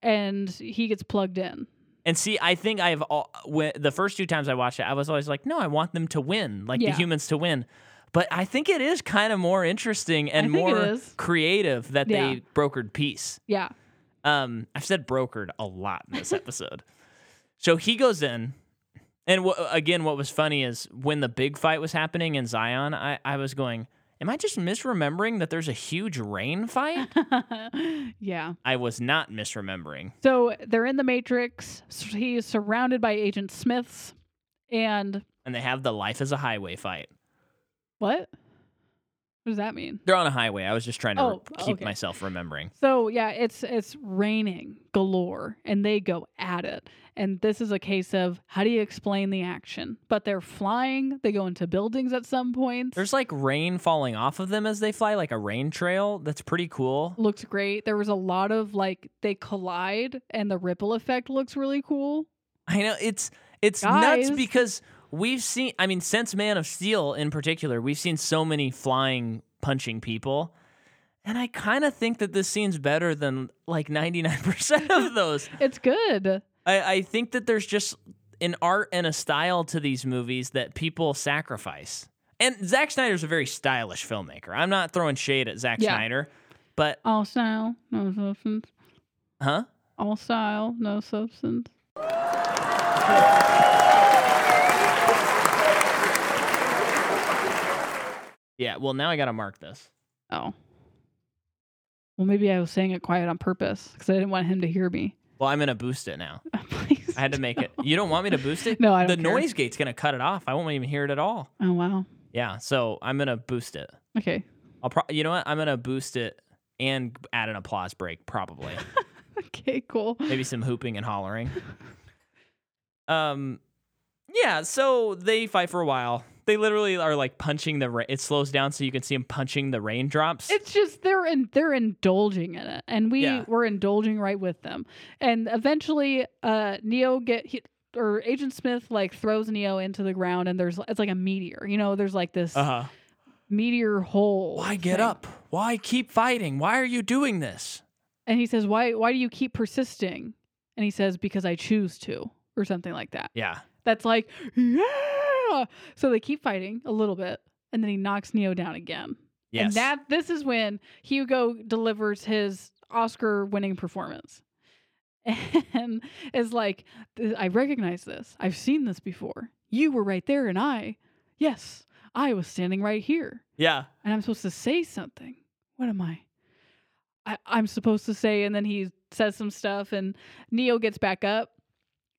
B: And he gets plugged in.
A: And see, I think I've all when, the first two times I watched it, I was always like, no, I want them to win, like
B: Yeah.
A: the humans to win. But I think it is kind of more interesting and
B: I think it
A: more
B: is.
A: creative that
B: Yeah.
A: they brokered peace.
B: Yeah.
A: Um, I've said brokered a lot in this episode. so he goes in, and wha- again, what was funny is when the big fight was happening in Zion, I, I was going, am I just misremembering that there's a huge rain fight?
B: yeah.
A: I was not misremembering.
B: So they're in the Matrix. S- He is surrounded by Agent Smiths. And
A: And they have the life as a highway fight.
B: what? What does that mean?
A: They're on a highway. I was just trying to
B: Oh,
A: re- keep
B: okay.
A: myself remembering.
B: So yeah, it's it's raining galore, and they go at it. And this is a case of how do you explain the action? But they're flying. They go into buildings at some points.
A: There's like rain falling off of them as they fly, like a rain trail. That's pretty cool.
B: looks great. There was a lot of like they collide, and the ripple effect looks really cool.
A: I know it's it's
B: Guys.
A: nuts because we've seen. I mean, since Man of Steel in particular, we've seen so many flying, punching people, and I kind of think that this scene's better than like 99% of those.
B: It's good.
A: I, I think that there's just an art and a style to these movies that people sacrifice. And Zack Snyder's a very stylish filmmaker. I'm not throwing shade at Zack
B: Yeah.
A: Snyder, but
B: All style, no substance.
A: huh?
B: All style, no substance.
A: Yeah. Well, now I got to mark this.
B: Oh. Well, maybe I was saying it quiet on purpose because I didn't want him to hear me.
A: Well, I'm gonna boost it now.
B: Please.
A: I had to make it. You don't want me to boost it?
B: No, I don't
A: The
B: care.
A: noise gate's gonna cut it off. I won't even hear it at all.
B: Oh wow.
A: Yeah. So I'm gonna boost it.
B: Okay.
A: I'll pro- You know what? I'm gonna boost it and add an applause break probably.
B: Okay. Cool.
A: maybe some hooping and hollering. Um, yeah. So they fight for a while. They literally are like punching the. Ra- it slows down so you can see them punching the raindrops.
B: It's just they're in, they're indulging in it, and we
A: Yeah.
B: were indulging right with them. And eventually, uh, Neo get he, or Agent Smith like throws Neo into the ground, and there's it's like a meteor. You know, there's like this
A: huh.
B: meteor hole.
A: Uh-huh. Why get
B: thing.
A: up? Why keep fighting? Why are you doing this?
B: And he says, "Why why do you keep persisting?" And he says, "Because I choose to," or something like that.
A: Yeah.
B: That's like, yeah. So they keep fighting a little bit, and then he knocks Neo down again.
A: Yes.
B: And that this is when Hugo delivers his Oscar winning performance. And is like, "Th- I recognize this. I've seen this before. You were right there, and I, yes, I was standing right here.
A: yeah.
B: And I'm supposed to say something. What am I? I- I'm supposed to say, and then he says some stuff, and Neo gets back up,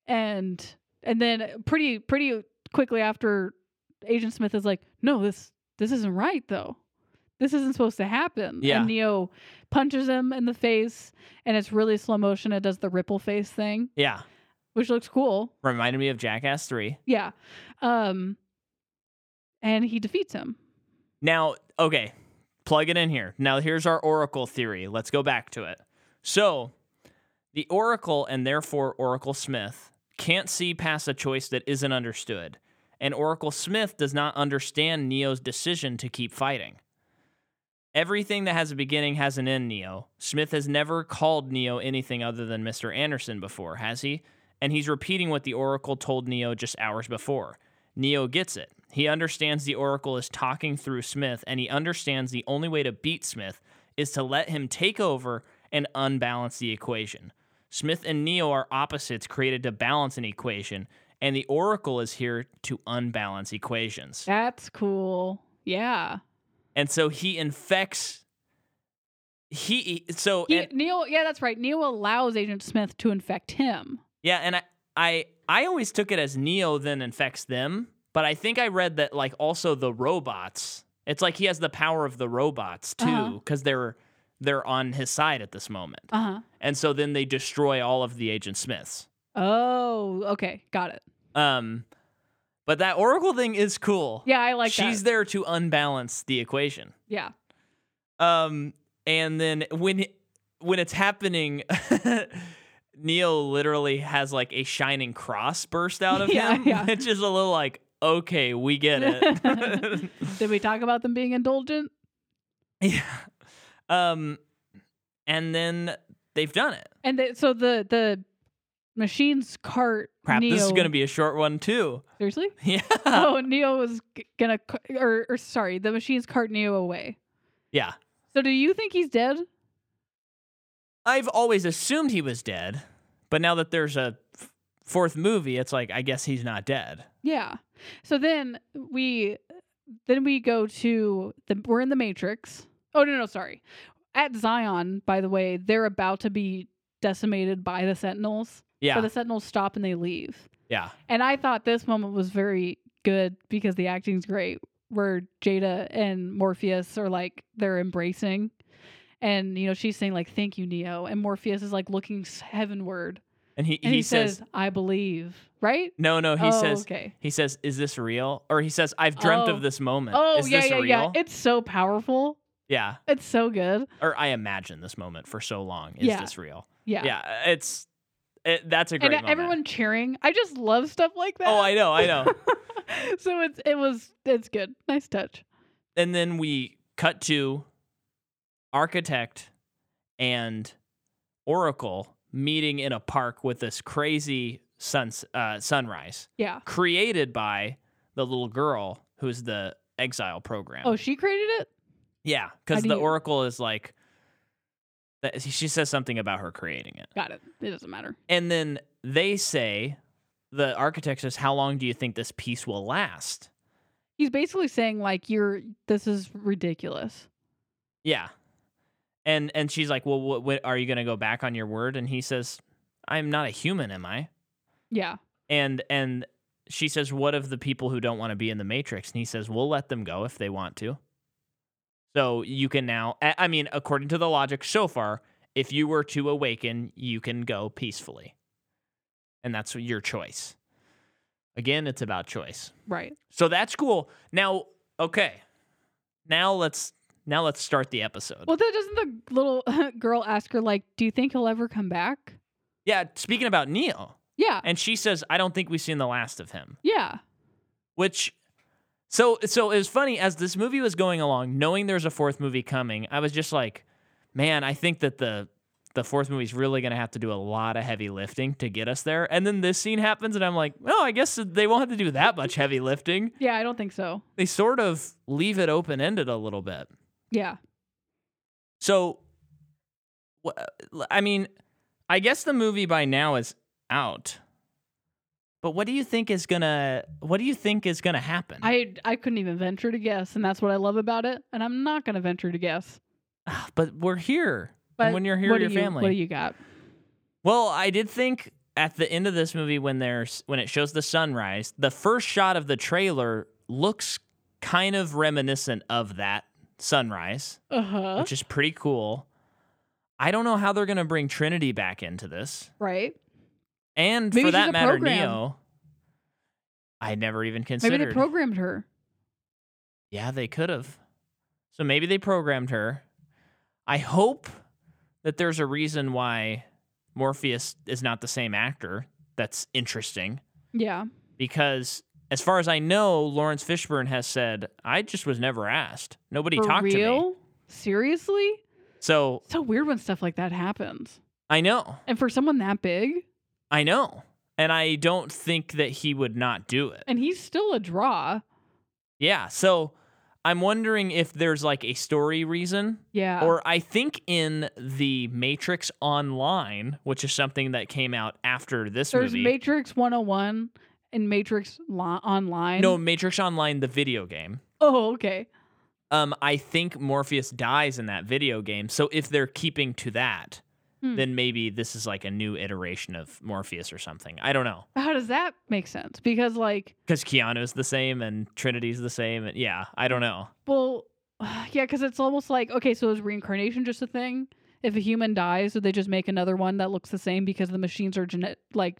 B: and and then pretty pretty quickly after, Agent Smith is like, "No, this this isn't right though. This isn't supposed to happen."
A: Yeah.
B: And Neo punches him in the face, and it's really slow motion. It does the ripple face thing,
A: Yeah.
B: which looks cool.
A: Reminded me of Jackass 3.
B: Yeah, um, and he defeats him.
A: Now, okay, plug it in here. Now, here's our Oracle theory. Let's go back to it. So, the Oracle, and therefore Oracle Smith, can't see past a choice that isn't understood. And Oracle Smith does not understand Neo's decision to keep fighting. Everything that has a beginning has an end, Neo. Smith has never called Neo anything other than Mr. Anderson before, has he? And he's repeating what the Oracle told Neo just hours before. Neo gets it. He understands the Oracle is talking through Smith, and he understands the only way to beat Smith is to let him take over and unbalance the equation. Smith and Neo are opposites created to balance an equation, and the Oracle is here to unbalance equations.
B: That's cool. Yeah.
A: And so he infects. He so
B: He,
A: and-
B: Neil, yeah, that's right. Neil allows Agent Smith to infect him.
A: Yeah, and I, I I always took it as Neo then infects them, but I think I read that like also the robots. It's like he has the power of the robots
B: Uh-huh.
A: too, because they're they're on his side at this moment,
B: Uh huh.
A: and so then they destroy all of the Agent Smiths.
B: Oh, okay, got it.
A: Um, but that Oracle thing is cool.
B: Yeah, I like
A: she's
B: that.
A: there to unbalance the equation.
B: yeah,
A: Um, and then when when it's happening, Neo literally has like a shining cross burst out of
B: Yeah,
A: him,
B: yeah.
A: which is a little like, okay, we get it.
B: did we talk about them being indulgent?
A: yeah. Um, and then they've done it.
B: And they, so the the machine's cart.
A: Crap,
B: Neo,
A: this is gonna be Uh-huh. a short one too.
B: seriously.
A: Yeah.
B: oh, Neo was g- gonna, c- or, or sorry, the machine's cart Neo away.
A: Yeah.
B: So do you think he's dead?
A: I've always assumed he was dead, but now that there's a f- fourth movie, it's like I guess he's not dead.
B: Yeah. So then we then we go to the we're in the Matrix. Oh no no sorry. At Zion, by the way, they're about to be decimated by the Sentinels.
A: Yeah.
B: But the Sentinels stop and they leave.
A: yeah.
B: And I thought this moment was very good because the acting's great where Jada and Morpheus are like they're embracing. And you know, she's saying like thank you Neo and Morpheus is like looking s- heavenward.
A: And he,
B: And
A: he,
B: he,
A: says,
B: says, I believe, right?
A: no, no, he
B: oh,
A: says
B: okay.
A: He says, "Is this real?" Or he says, "I've dreamt
B: Oh.
A: of this moment.
B: Oh
A: Is
B: yeah,
A: this
B: yeah,
A: real?"
B: yeah. It's so powerful.
A: yeah.
B: It's so good.
A: Or I imagine this moment for so long. Is
B: Yeah.
A: this real?
B: Yeah.
A: Yeah. It's it, that's a
B: And
A: great moment.
B: everyone cheering. I just love stuff like that.
A: Oh, I know, I know.
B: so it's it was it's good. Nice touch.
A: and then we cut to Architect and Oracle meeting in a park with this crazy suns uh, sunrise
B: Yeah.
A: created by the little girl who's the exile program.
B: Oh, she created it?
A: Yeah,
B: How
A: because
B: do
A: the
B: you-
A: oracle is like, that- she says something about her creating it,
B: Got it. It doesn't matter.
A: and then they say, the architect says, "How long do you think this piece will last?"
B: He's basically saying like you're this is ridiculous.
A: Yeah, and and she's like, "Well, what, what are you going to go back on your word?" And he says, "I'm not a human, am I?"
B: Yeah.
A: And and she says, "What of the people who don't want to be in the matrix?" And he says, "We'll let them go if they want to." So you can now, I I mean, according to the logic so far, if you were to awaken, you can go peacefully, and that's your choice. Again, it's about choice.
B: Right.
A: So that's cool. Now, okay, now let's now let's start the episode.
B: Well, then doesn't the little girl ask her like, "Do you think he'll ever come back?"
A: yeah, speaking about Neo,
B: Yeah.
A: and she says, "I don't think we've seen the last of him."
B: Yeah.
A: which so so it was funny as this movie was going along knowing there's a fourth movie coming i was just like man i think that the the fourth movie's really going to have to do a lot of heavy lifting to get us there and then this scene happens and i'm like oh i guess they won't have to do that much heavy lifting
B: Yeah, I don't think so.
A: they sort of leave it open ended a little bit
B: Yeah.
A: so wha- i mean i guess the movie by now is out but what do you think is going to what do you think is going to happen
B: I I couldn't even venture to guess, and that's what I love about it, and I'm not going to venture to guess.
A: but we're here
B: But But
A: when you're here
B: what
A: with
B: do
A: your
B: you-
A: family.
B: What do you got?
A: Well, I did think at the end of this movie when there's when it shows the sunrise, the first shot of the trailer looks kind of reminiscent of that sunrise,
B: Uh huh.
A: which is pretty cool. I don't know how they're going to bring Trinity back into this.
B: Right.
A: And
B: Maybe
A: for
B: she's
A: that
B: a
A: matter,
B: program.
A: Neo. I never even
B: Maybe
A: considered.
B: they programmed her.
A: Yeah, they could have. So maybe they programmed her. I hope that there's a reason why Morpheus is not the same actor. That's interesting
B: Yeah.
A: because, as far as I know, Lawrence Fishburne has said, I just was never asked. Nobody
B: For
A: talked to me.
B: real? Seriously?
A: So
B: so weird when stuff like that happens.
A: I know.
B: And for someone that big,
A: I know. And I don't think that he would not do it.
B: and he's still a draw.
A: Yeah. So I'm wondering if there's like a story reason
B: Yeah.
A: Or I think in the Matrix Online, which is something that came out after this
B: there's
A: movie.
B: Matrix 101 and Matrix Lo- Online.
A: no, Matrix Online, the video game.
B: Oh, okay.
A: Um, I think Morpheus dies in that video game. So if they're keeping to that,
B: Hmm.
A: then maybe this is like a new iteration of Morpheus or something. I don't know.
B: How does that make sense? Because like,
A: Because Keanu's the same and Trinity's the same. And yeah, I don't know.
B: well, yeah, because it's almost like okay, so is reincarnation just a thing? If a human dies, do they just make another one that looks the same because the machines are genet like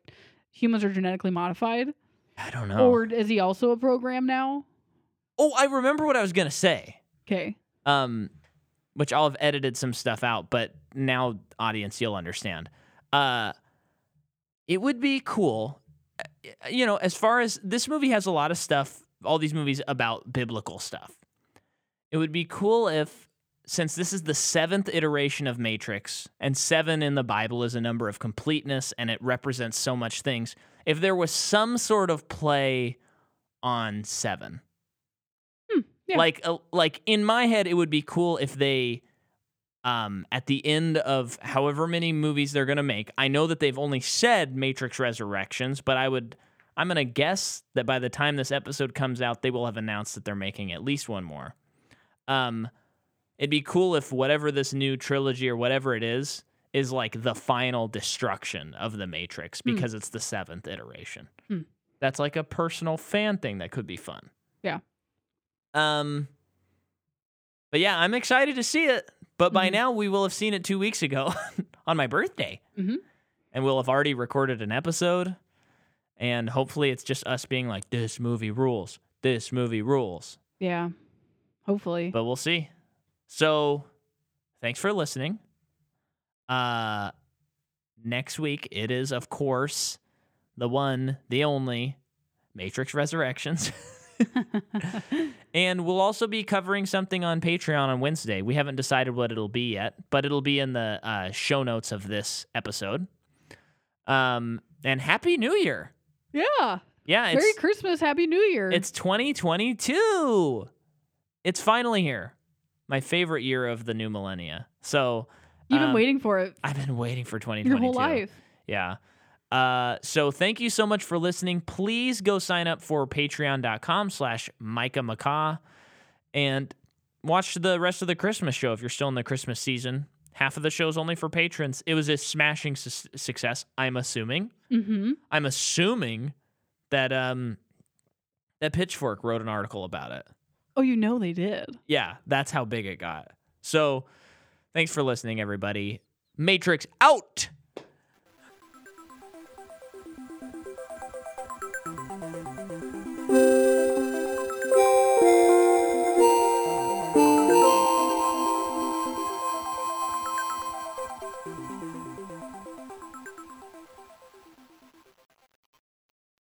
B: humans are genetically modified?
A: I don't know.
B: Or is he also a program now?
A: oh, I remember what I was going to say.
B: Okay.
A: um, which I'll have edited some stuff out, but now audience, you'll understand. Uh, it would be cool, uh, you know, as far as this movie has a lot of stuff, all these movies about biblical stuff. It would be cool if, since this is the seventh iteration of Matrix, and seven in the Bible is a number of completeness and it represents so much things, if there was some sort of play on seven.
B: Yeah.
A: Like uh, like in my head, it would be cool if they, um, at the end of however many movies they're gonna make. I know that they've only said Matrix Resurrections, but I would. I'm gonna guess that by the time this episode comes out, they will have announced that they're making at least one more. Um, it'd be cool if whatever this new trilogy or whatever it is is like the final destruction of the Matrix
B: Hmm.
A: because it's the seventh iteration.
B: Hmm.
A: That's like a personal fan thing that could be fun.
B: Yeah.
A: Um. But yeah, I'm excited to see it. But by
B: Mhm.
A: now, we will have seen it two weeks ago on my birthday,
B: Mhm.
A: and we'll have already recorded an episode. And hopefully, it's just us being like, "This movie rules. This movie rules."
B: Yeah. Hopefully.
A: but we'll see. So, thanks for listening. Uh, next week it is, of course, the one, the only, Matrix Resurrections, and we'll also be covering something on Patreon on Wednesday. We haven't decided what it'll be yet, but it'll be in the uh, show notes of this episode. Um, and Happy New Year!
B: yeah.
A: Yeah, it's
B: Merry Christmas, Happy New Year.
A: it's 2022. It's finally here. My favorite year of the new millennia. So
B: you've been
A: um,
B: waiting for it
A: I've been waiting for 2022.
B: your whole life.
A: Yeah. Uh, so thank you so much for listening. Please go sign up for patreon.com slash Micah Macaw and watch the rest of the Christmas show if you're still in the Christmas season. Half of the show's only for patrons. It was a smashing su- success, I'm assuming.
B: Mm-hmm.
A: I'm assuming that um that Pitchfork wrote an article about it.
B: Oh, you know they did.
A: Yeah, that's how big it got. So, thanks for listening everybody. Matrix out.